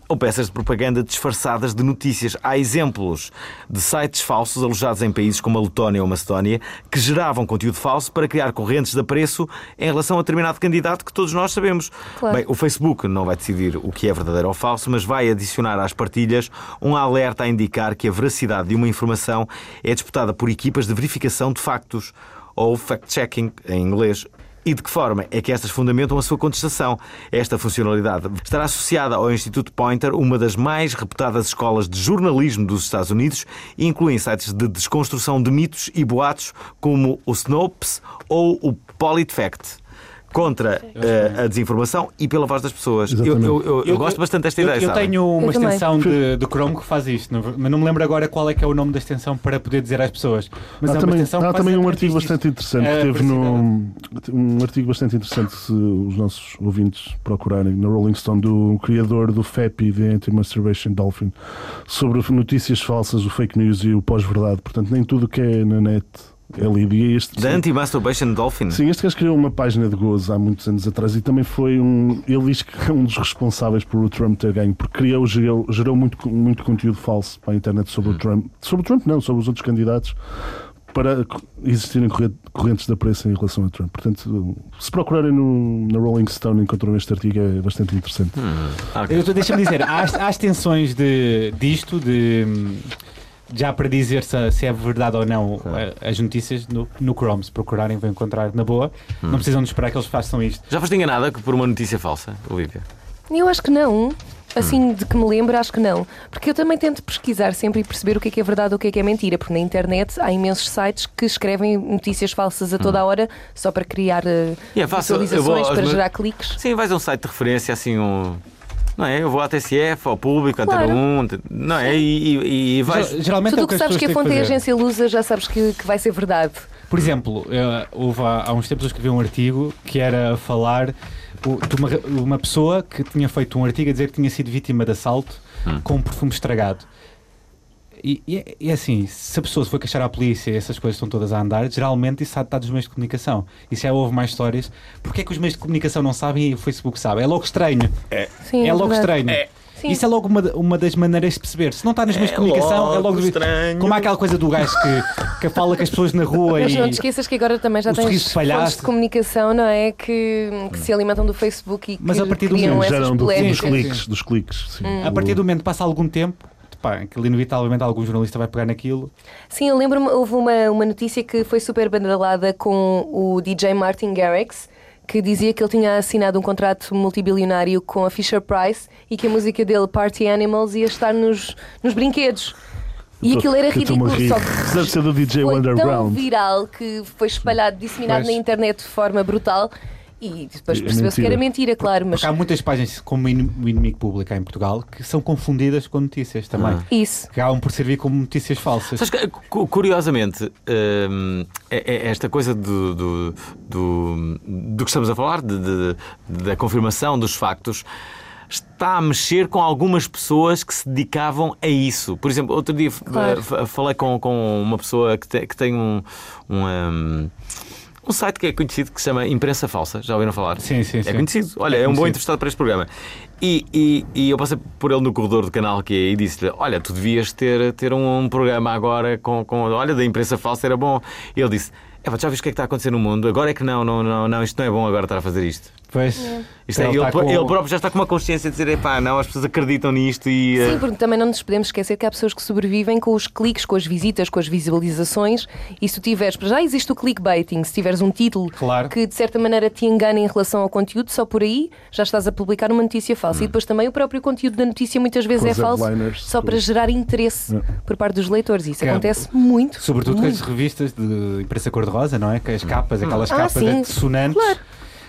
ou peças de propaganda disfarçadas de notícias. Há exemplos de sites falsos alojados em países como a Letónia ou Macedónia que geravam conteúdo falso para criar correntes de apreço em relação a determinado candidato que todos nós sabemos.
Claro.
Bem, o Facebook não vai decidir o que é verdadeiro ou falso, mas vai adicionar às partilhas um alerta a indicar que a veracidade de uma informação é disputada por equipas de verificação de factos, ou fact-checking em inglês. E de que forma é que estas fundamentam a sua contestação? Esta funcionalidade estará associada ao Instituto Pointer, uma das mais reputadas escolas de jornalismo dos Estados Unidos, e inclui sites de desconstrução de mitos e boatos como o Snopes ou o PolitFact contra eh, a desinformação e pela voz das pessoas. Eu,
Exatamente.
eu- eu- eu gosto bastante desta
eu,
ideia.
Eu
sabem?
tenho uma
também.
extensão de, de Chrome que faz isto, não- mas não me lembro agora qual é que é o nome da extensão para poder dizer às pessoas. Mas é
há
uma
também,
extensão que
há
faz
também um
exatamente
artigo
isto.
bastante interessante
É,
que teve
parecida.
no. Um artigo bastante interessante, se os nossos ouvintes procurarem, na Rolling Stone, do criador do FEP e de Anti-Masturbation Dolphin, sobre notícias falsas, o fake news e o pós-verdade. Portanto, nem tudo o que é na net é lido. E este.
Da anti-masturbation dolphin.
Sim, este gajo criou uma página de gozo há muitos anos atrás e também foi um. Ele diz que é um dos responsáveis por o Trump ter ganho, porque criou, gerou, gerou muito, co- muito conteúdo falso para a internet sobre o Trump. Sobre o Trump, não, sobre os outros candidatos, para co- existirem corre- correntes de apreço em relação a Trump. Portanto, se procurarem no, na Rolling Stone, encontram este artigo, é bastante interessante.
Ah, Ok.
Eu estou- Deixa-me dizer, há, as- há extensões de, disto, de. hum, Já para dizer se, se é verdade ou não eh, as notícias no, no Chrome, se procurarem, vão encontrar na boa. Não precisam de esperar que eles façam isto.
Já foste enganada por uma notícia falsa, Olivia?
Eu acho que não. Assim,
Hum.
de que me lembro, acho que não. Porque eu também tento pesquisar sempre e perceber o que é que é verdade ou o que é que é mentira. Porque na internet há imensos sites que escrevem notícias falsas a
Hum.
toda a hora só para criar eh,
E é fácil, eu vou
visualizações,
aos
para
meus-
gerar cliques.
Sim, vais a um site de referência, assim, um. Não é? Eu vou à TCF, ao público, à
Claro.
Antena 1, não é? E, e- e vais.
Ger- Geralmente é
Tudo
o
o que
as
sabes
pessoas
que a
têm
fonte é
fazer.
agência lusa já sabes que, que vai ser verdade.
Por exemplo, eh, houve há, há uns tempos eu escrevi um artigo que era a falar o- de uma, uma pessoa que tinha feito um artigo a dizer que tinha sido vítima de assalto com um perfume estragado. E, e é- e é assim, se a pessoa se foi queixar à polícia e essas coisas estão todas a andar, geralmente isso está dos meios de comunicação. E se já houve mais histórias, porque é que os meios de comunicação não sabem e o Facebook sabe? É logo estranho.
Sim,
é logo
verdade.
estranho.
Sim.
Isso é logo uma, uma das maneiras de perceber. Se não está nos meios de comunicação, é
logo
logo
estranho.
Como há aquela coisa do gajo que, que fala com as pessoas na rua
Mas
é? e.
não te esqueças que agora também já
O sorriso
tens
de
fontes
palhaço.
de comunicação, não é? Que, que
Hum.
se alimentam do Facebook e que
Mas a partir do
criam
momento
essas
Geram do- dos
polémicas.
cliques, dos cliques. Sim.
A partir do momento que passa algum tempo, pá, aquilo inevitavelmente algum jornalista vai pegar naquilo.
Sim, eu lembro-me, houve uma, uma notícia que foi super bandalada com o DJ Martin Garrix, que dizia que ele tinha assinado um contrato multibilionário com a Fisher Price e que a música dele, Party Animals, ia estar nos, nos brinquedos. E
Tô-
aquilo era
eu estou-me
ridículo,
a rir.
só que
Deve ser do DJ
foi tão
Underground.
viral que foi espalhado, disseminado
Pois.
na internet de forma brutal e depois
É
percebeu-se que
mentira.
era mentira, claro, mas
Porque há muitas páginas como o inimigo público cá em Portugal que são confundidas com notícias também.
isso.
Acabam por servir como notícias falsas.
Sabes que, cu- curiosamente, hum, é- é esta coisa do, do, do, do que estamos a falar, de- de- da confirmação dos factos, está a mexer com algumas pessoas que se dedicavam a isso. Por exemplo, outro dia eh, f-
Claro.
f- falei com, com uma pessoa que, te- que tem um. um, hum, um site que é conhecido que se chama Imprensa Falsa. Já ouviram falar?
Sim, sim,
É
sim.
conhecido. Olha, é um bom
conhecido.
entrevistado para este programa. E, e- e eu passei por ele no corredor do canal que é, e disse-lhe: Olha, tu devias ter, ter um, um programa agora com, com. Olha, da imprensa falsa era bom. E ele disse: É, pá, já viste o que é que está a acontecer no mundo? Agora é que não, não, não, não, isto não é bom agora estar a fazer isto.
Pois.
Isto é,
Ele
ele,
tá com-
ele próprio já está com uma consciência de dizer: Epá, não, as pessoas acreditam nisto e. eh,
Sim, porque também não nos podemos esquecer que há pessoas que sobrevivem com os cliques, com as visitas, com as visualizações. E se tu tiveres, para já existe o clickbaiting, se tiveres um título
Claro.
que de certa maneira te engana em relação ao conteúdo, só por aí já estás a publicar uma notícia falsa.
Hum.
E depois também o próprio conteúdo da notícia muitas vezes
Com
é
os
falso,
headliners, Hum.
só
com-
para gerar interesse por parte dos leitores. Isso
Que é-
acontece muito.
Sobretudo com
muito.
as revistas de imprensa cor-de-rosa, não é? Que
Hum.
as capas, aquelas
Hum. Ah,
capas
sim.
dissonantes.
Claro.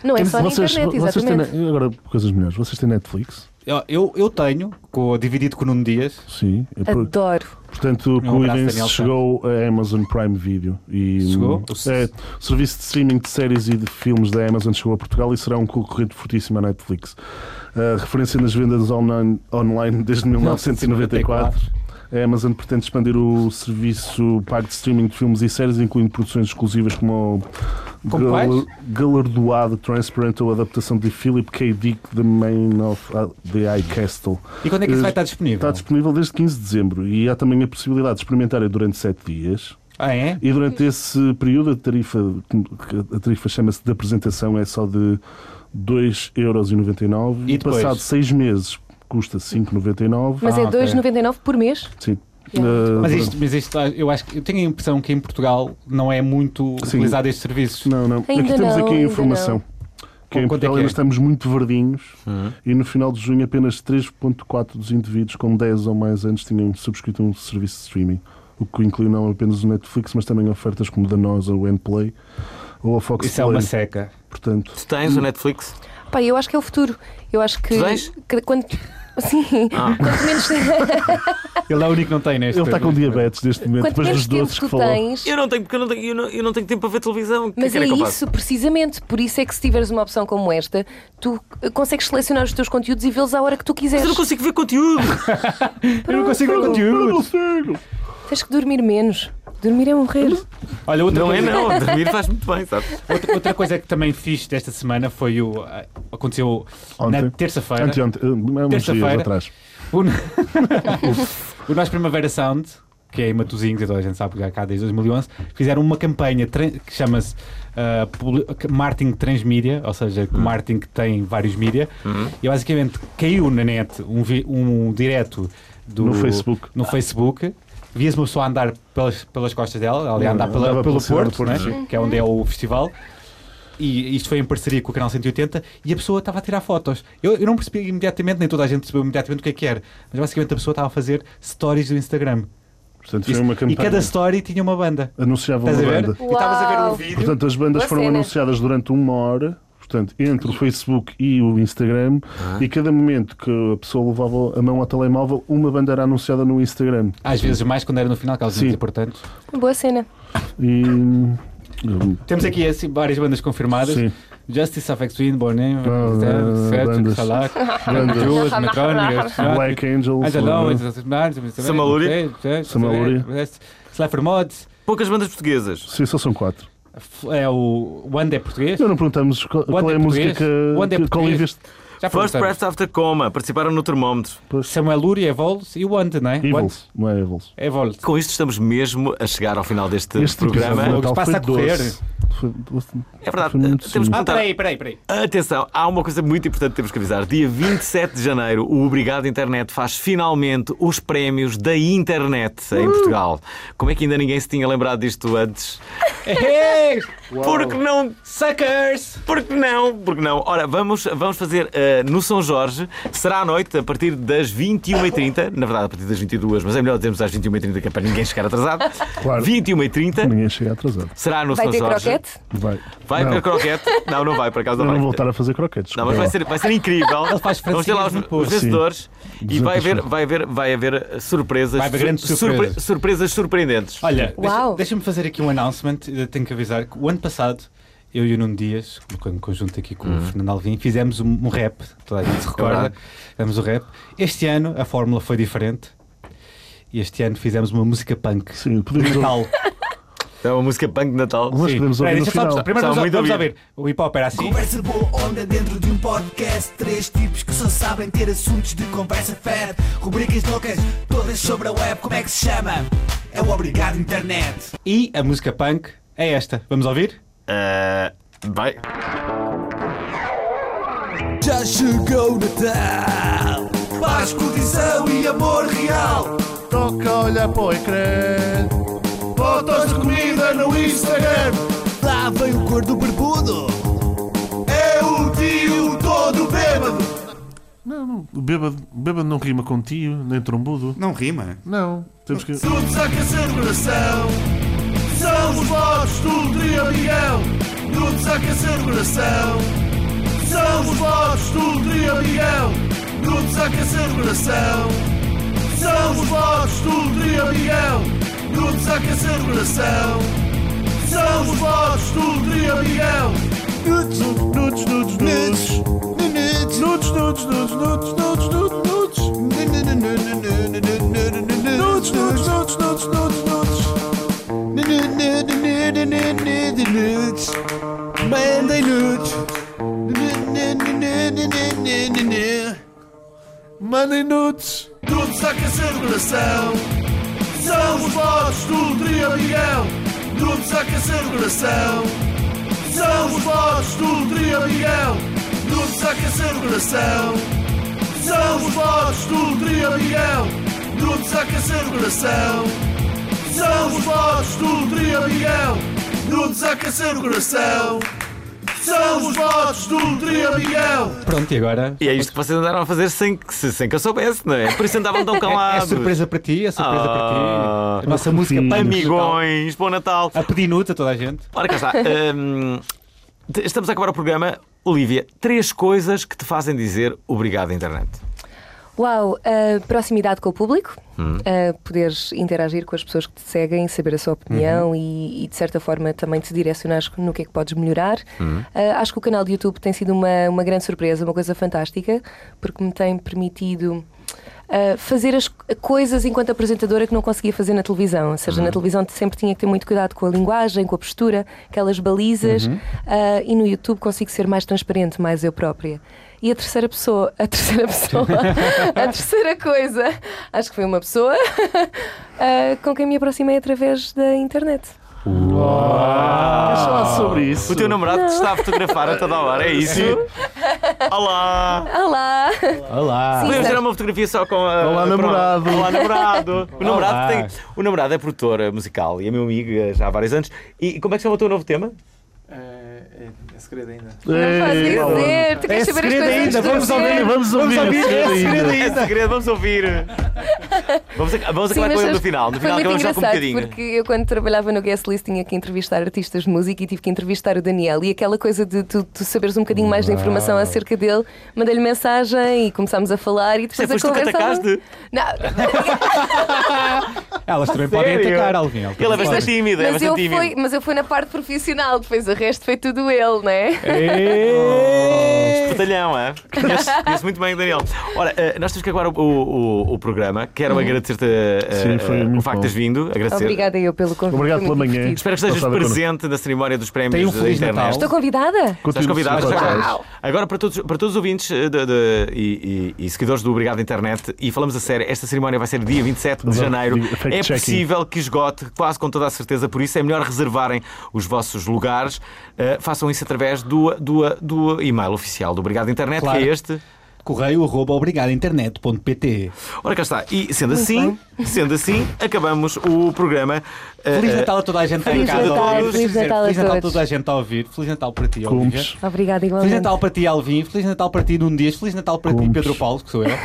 Não é só na
vocês,
internet,
vocês
exatamente.
têm, ne- agora, coisas melhores. Vocês têm Netflix?
Eu, eu, eu tenho, com, dividido com o Nuno Dias.
Sim. É por-
Adoro.
Portanto, com
Um abraço,
o Idem
Daniel Santos.
chegou a Amazon Prime Video. E,
Chegou?
É, o serviço de streaming de séries e de filmes da Amazon chegou a Portugal e será um concorrente fortíssimo à Netflix. A referência nas vendas online, online desde 1994. A Amazon pretende expandir o serviço pago de streaming de filmes e séries, incluindo produções exclusivas como o
Como quais?
galardoado Transparent ou a adaptação de Philip K. Dick, The Man of uh, the Eye Castle.
E quando é que isso vai estar
Está
disponível?
disponível desde 15 de dezembro e há também a possibilidade de experimentar durante 7 dias.
Ah, é?
E durante esse período a tarifa, a tarifa chama-se de apresentação, é só de 2,99€
E
e
depois?
passado 6 meses custa 5,99€.
Mas
Ah,
é
ok.
2,99 por mês.
Sim.
Yeah.
Ah,
Mas isto, mas isto, ah, eu acho que eu tenho a impressão que em Portugal não é muito
Sim.
utilizado estes serviços.
Não, não.
Ainda
aqui temos
não,
aqui a
ainda
informação. Que em
Quanto é que
Portugal
é? Uhum.
ainda estamos muito verdinhos e no final de junho apenas 3,4% dos indivíduos com 10 ou mais anos tinham subscrito um serviço de streaming, o que inclui não apenas o Netflix, mas também ofertas como da nós ou o Nplay ou a Fox
Isso é
Play.
uma seca.
Portanto,
Tu tens o Netflix?
Pá, eu acho que é o futuro. Eu acho que.
Tu tens? Ah.
que- quando...
(laughs)
Sim, quanto menos,
Ele é o único que não tem neste.
ele está com diabetes neste momento,
(laughs) quanto
depois
menos
dos
tempo
doces que
tu
falou.
tens.
Eu não tenho, porque eu não tenho, eu não, eu não tenho tempo para ver televisão. O que é
Mas
que
é
era que eu faço?
isso, precisamente. Por isso é que se tiveres uma opção como esta, tu eh, consegues selecionar os teus conteúdos e vê-los à hora que tu
Mas
quiseres.
eu não consigo ver
(laughs)
conteúdo.
Eu não consigo ver conteúdo.
Tens que dormir menos. Dormir é morrer.
Olha, outra
Não é,
coisa-
não. Dormir faz muito bem, sabe?
Outra, outra coisa que também fiz desta semana foi o. ah, Aconteceu na
Ontem.
terça-feira.
Anteontem, eh, há uns dias
Terça-feira.
atrás.
O, (laughs) o nosso Primavera Sound, que é em Matosinhos, e toda a gente sabe que já é cá desde 2011, fizeram uma campanha tran- que chama-se ah, publi- Marketing Transmídia, ou seja,
Hum.
que marketing que tem vários mídia, e basicamente caiu na net um, vi- um direto do,
No Facebook.
No Facebook Vias uma pessoa a andar pelas, pelas costas dela, ali a andar
um Andava
pela-
pela
pelo
cidade
Porto,
do Porto,
né?
sim.
que é onde é o festival, e isto foi em parceria com o canal 180 e a pessoa estava a tirar fotos. Eu, eu não percebi imediatamente, nem toda a gente percebeu imediatamente o que é que era, mas basicamente a pessoa estava a fazer stories do Instagram.
Portanto,
Isso-
foi uma
e
campanha.
cada story tinha uma banda.
Anunciavam
Estás
uma
a ver?
banda.
E estavas a ver um
Uau.
vídeo.
Portanto, as bandas
Boa
foram
cena.
anunciadas durante uma hora, portanto, entre o Facebook e o Instagram,
Ah.
e cada momento que a pessoa levava a mão ao telemóvel, uma banda era anunciada no Instagram.
Às vezes mais quando era no final, que elas
Sim.
muito importantes.
Boa cena.
E.
Temos aqui assim, várias bandas confirmadas.
Sim.
Justice of Extreme, Bornem,
Ah, bandas.
Salak,
Bandas.
Jules, (laughs) Metronic,
Black Angels.
Angelão,
eh,
Samaluri.
é-
Samaluri.
Slifer Mods,
Poucas bandas portuguesas.
Sim, só são quatro.
é o One é português.
Eu não perguntamos qual, qual é a
é
música
português?
que,
Onde é
que qual
português?
investe.
Já
First
perguntamos.
Breath After Coma. Participaram no termómetro.
Samuel Luri, Evols e o Wanda, não é?
Evils, não é Evils.
Evols.
Com isto estamos mesmo a chegar ao final deste
Este
programa.
episódio de
O que se
Natal
passa
foi
a correr.
doce. Foi doce.
É verdade,
Foi muito
temos
simples.
Ah, peraí, peraí, peraí.
Atenção, há uma coisa muito importante que temos que avisar. Dia 27 de janeiro, o Obrigado Internet faz finalmente os prémios da internet em Portugal. Como é que ainda ninguém se tinha lembrado disto antes?
Hey,
Porque não
suckers!
Porque não? Porque não? Ora, vamos, vamos fazer eh, no São Jorge, será à noite, a partir das 21h30, na verdade a partir das 22 mas é melhor dizermos às 21h30 que é para ninguém chegar atrasado.
(laughs) Claro.
21h30,
Ninguém chega atrasado.
será no
Vai
São
ter
Jorge.
croquete?
Vai.
Vai
não,
ter croquete? Não, não vai, por acaso
eu
não vai.
não vou voltar a fazer croquetes.
Não, mas vai ser,
desculpa
vai ser incrível.
Ele faz
Vamos ter lá os,
francesinhas no
os
poço.
vencedores e vai haver,
Sim.
vai, haver, vai haver surpresas.
Vai haver grandes surpresas.
surpresas surpreendentes.
Olha, deixa-
Uau.
deixa-me fazer aqui um announcement. Eu Tenho que avisar que o ano passado, eu e o Nuno Dias, em conjunto aqui com o Fernando Alvim, fizemos um, um rap. Toda a gente se recorda.
verdade.
Fizemos o rap. Este ano a fórmula foi diferente. E este ano fizemos uma música
(laughs)
punk.
Sim, podemos
Metal.
É uma música punk de Natal.
Mas
Sim.
podemos
Peraí,
ouvir no
deixa só-
final.
Primeiro
Estava
vamos,
muito
vamos
a ouvir.
ouvir. O hip hop era assim.
Conversa boa onda dentro de um podcast. Três tipos que só sabem ter assuntos de conversa fed. Rubricas loucas, todas sobre a web. Como é que se chama? É o Obrigado Internet.
E a música punk é esta. Vamos ouvir?
Eh, vai.
Já chegou o Natal. Paz, condição e amor real.
Toca olhar para o ecrã. Fotos de comida no Instagram.
Lá vem o cor do barbudo. É o tio todo bêbado.
Não, não. O Bêbado, bêbado não rima com tio, nem trombudo.
Não rima.
Não. Temos que.
Todos a aquecer o coração. São os votos do trio amigão. Todos a aquecer o coração. São os votos do trio amigão. Todos a aquecer o coração. São os votos do trio amigão. Todos a aquecer o coração. São os votos do trio amigão.
Nudes, nudes, nudes, nudes. Nudes, nudes, nudes, nudes, nudes, nudes, nudes. Nudes, nudes, nudes, nudes, nudes, nudes. Mandem nudes.
Tudo está a aquecer o coração. São os votos do trio amigão. Tudo está a aquecer o coração. São os votos do trio amigão. Tudo está a aquecer o coração. São os votos do trio amigão. Tudo está a aquecer o coração. São os votos do trio amigão. Tudo está a aquecer o coração. São os votos do trio amigão.
Pronto, e agora?
E é isto que vocês andaram a fazer sem que, se- sem que eu soubesse, não é? Por isso andavam tão
(laughs) É, é
calados.
surpresa para ti, é surpresa
Ah.
para ti. A nossa música punk. de Natal.
Amigões, bom Natal.
A pedir nudes a toda a gente.
Ora cá está. Hum, te- estamos a acabar o programa. Olivia, três coisas que te fazem dizer obrigado, internet.
Uau, a proximidade com o público, a poderes interagir com as pessoas que te seguem, saber a sua opinião e, e, de certa forma também te direcionares no que é que podes melhorar. Ah, acho que o canal de YouTube tem sido uma, uma grande surpresa, uma coisa fantástica, porque me tem permitido. ah, fazer as coisas enquanto apresentadora que não conseguia fazer na televisão. Ou
Uhum.
seja, na televisão sempre tinha que ter muito cuidado com a linguagem, com a postura, aquelas balizas.
Uhum.
ah, e no YouTube consigo ser mais transparente, mais eu própria. E a terceira pessoa, a terceira (laughs) pessoa, a terceira coisa, acho que foi uma pessoa (laughs) ah, com quem me aproximei através da internet.
É só sobre isso.
O teu namorado te está a fotografar a toda hora, é isso? Olá!
Olá!
Olá.
Sim.
Podemos tirar uma fotografia só com a.
Olá,
pronto.
namorado.
Olá, namorado! O namorado,
Olá.
tem- o namorado é produtor eh, musical e é meu amigo eh, já há vários anos. E como é que chama o teu novo tema?
É, é, é segredo ainda.
Não faz
Ei,
dizer, tu queres saber as coisas
É ainda,
antes de
vamos
acontecer.
ouvir,
Vamos ouvir,
ouvir,
esse
é
segredo ainda.
É segredo, vamos ouvir! Vamos, ac- vamos acabar com
mas
ele no
foi-
final. No
foi
final
muito
acabamos já
engraçado
com um bocadinho.
Porque eu, quando trabalhava no Guest List, tinha que entrevistar artistas de música e tive que entrevistar o Daniel. E aquela coisa de tu, tu saberes um bocadinho mais de informação acerca dele, mandei-lhe mensagem e começámos a falar. E
Sim,
depois a
é foste tu que
conversa.
atacaste?
Não,
(laughs)
Elas também podem
Sério?
atacar alguém. elas
Ele é
podem.
bastante tímido, é
mas, eu
bastante tímido.
fui, mas eu fui na parte profissional, depois o resto foi tudo ele, não é?
Espetalhão, é? Conheço, conheço muito bem, Daniel. Ora, eh, nós temos que acabar o, o- o programa. Quero agradecer-te eh,
Sim, foi
eh, o
muito
facto de
bom.
teres vindo. Agradecer.
Uhum. Obrigada eu pelo convite.
Obrigado
foi muito
pela manhã.
divertido.
Espero que estejas
Passada por nós.
presente na cerimónia dos prémios
Tenham um
da
Feliz
internet.
Natal.
Estou convidada?
Estás convidado. Estás
Continua-se a falar.
convidado. Agora, para todos, para todos os ouvintes eh, de- de- e, e- e seguidores do Obrigado Internet, e falamos a sério, esta cerimónia vai ser dia 27 de
Exato.
janeiro.
Fact-checking.
É possível que esgote, quase com toda a certeza, por isso é melhor reservarem os vossos lugares. Eh, façam isso através do, do, do e-mail oficial do Obrigado Internet,
Claro.
que é este.
Correio arroba obrigadointernet.pt
Ora cá está. E sendo assim, sendo assim, acabamos o programa. Eh,
É,
Feliz
eh,
Natal a toda a gente que está em
Feliz
casa.
Natal,
a ouvir.
Feliz
Quer dizer,
Natal a
Feliz Natal a
todos.
toda a gente a ouvir. Feliz Natal para ti, Olivia.
Cumpres.
Obrigada
Feliz
igualmente.
Natal para ti, Alvin. Feliz Natal para ti, Nuno Dias. Feliz Natal para ti,
Cumpres.
Pedro Paulo, que sou eu.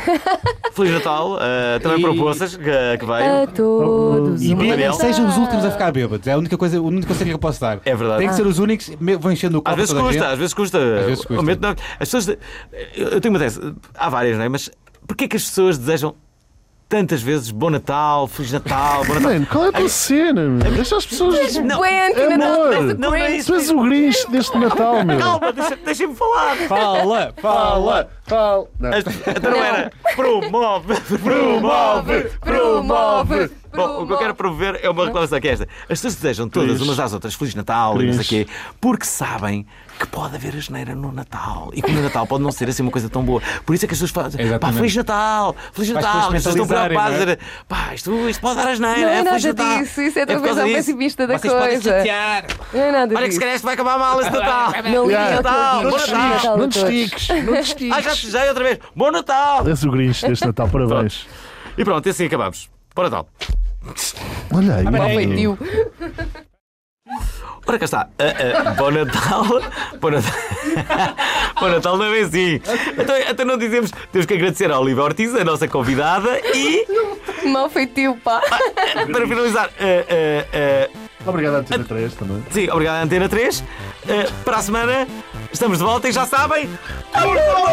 Feliz Natal. eh, também
E- Eh,
para o Poças, que, que
A
veio.
todos.
E
um
Daniel?
bêbados,
abraço.
sejam os últimos a ficar bêbados. É a única coisa, o único conselho que eu posso dar.
É verdade.
Tem que ser os únicos. Me- Vão enchendo o copo.
Às vezes
toda a
custa,
gente.
às vezes custa.
Às vezes custa.
Ao momento não- é- As pessoas. de- Eu eu tenho uma tese. Há várias, não é? Mas porquê que as pessoas desejam tantas vezes Bom Natal, Feliz Natal, Bom
(laughs)
Natal?
Mano, qual é a tua cena, meu? Deixa as pessoas.
Não,
Bué, que
Amor.
Natal, parece o
Não, não é
Grinch.
Tu és o Grinch deste Natal, meu.
Calma, deixa- deixem-me falar.
Fala, fala.
fala.
(laughs)
Não.
As- Então não era. Promove, promove, promove.
Promove,
Bom, o que eu quero promover é uma reclamação que é esta. As pessoas desejam todas
Cris.
umas às outras Feliz Natal e não
Cris.
sei o quê, porque sabem que pode haver asneira no Natal e que no Natal pode não ser assim uma coisa tão boa. Por isso é que as pessoas fazem pá,
Exatamente.
Feliz Natal, Feliz
Para as
Natal, e as
pessoas
pessoas estão
mentalizarem,
preocupadas.
não é?
Pá, isto, isto pode dar asneira.
Não é
Feliz Natal.
nada disso, isso é tua
por causa
visão
disso.
pessimista da
Vocês podem
coisa.
chatear.
Não é nada
Olha que
disso.
se calhar isto vai acabar mal este
(laughs)
Natal.
Não liguem
Bom
ao teu
Natal,
amigo.
bom
Feliz Natal
Natal.
a todos.
Ah, já sujei outra vez. Bom Natal.
És o Grinch deste Natal, parabéns.
E pronto, e assim acabamos. Bom Natal.
Olha aí.
Mal feitio. Ora cá está. Ah, ah, bom Natal. Bom Natal. (laughs) Bom Natal não é bem assim. Então, então não dizemos. Temos que agradecer à Oliva Ortiz, a nossa convidada, e eh,
Mal feitio, pá.
para finalizar. eh,
Obrigado à Antena 3 também.
Eh, Sim, obrigado à Antena 3. Ah, para a semana estamos de volta e já sabem. Amor, amor,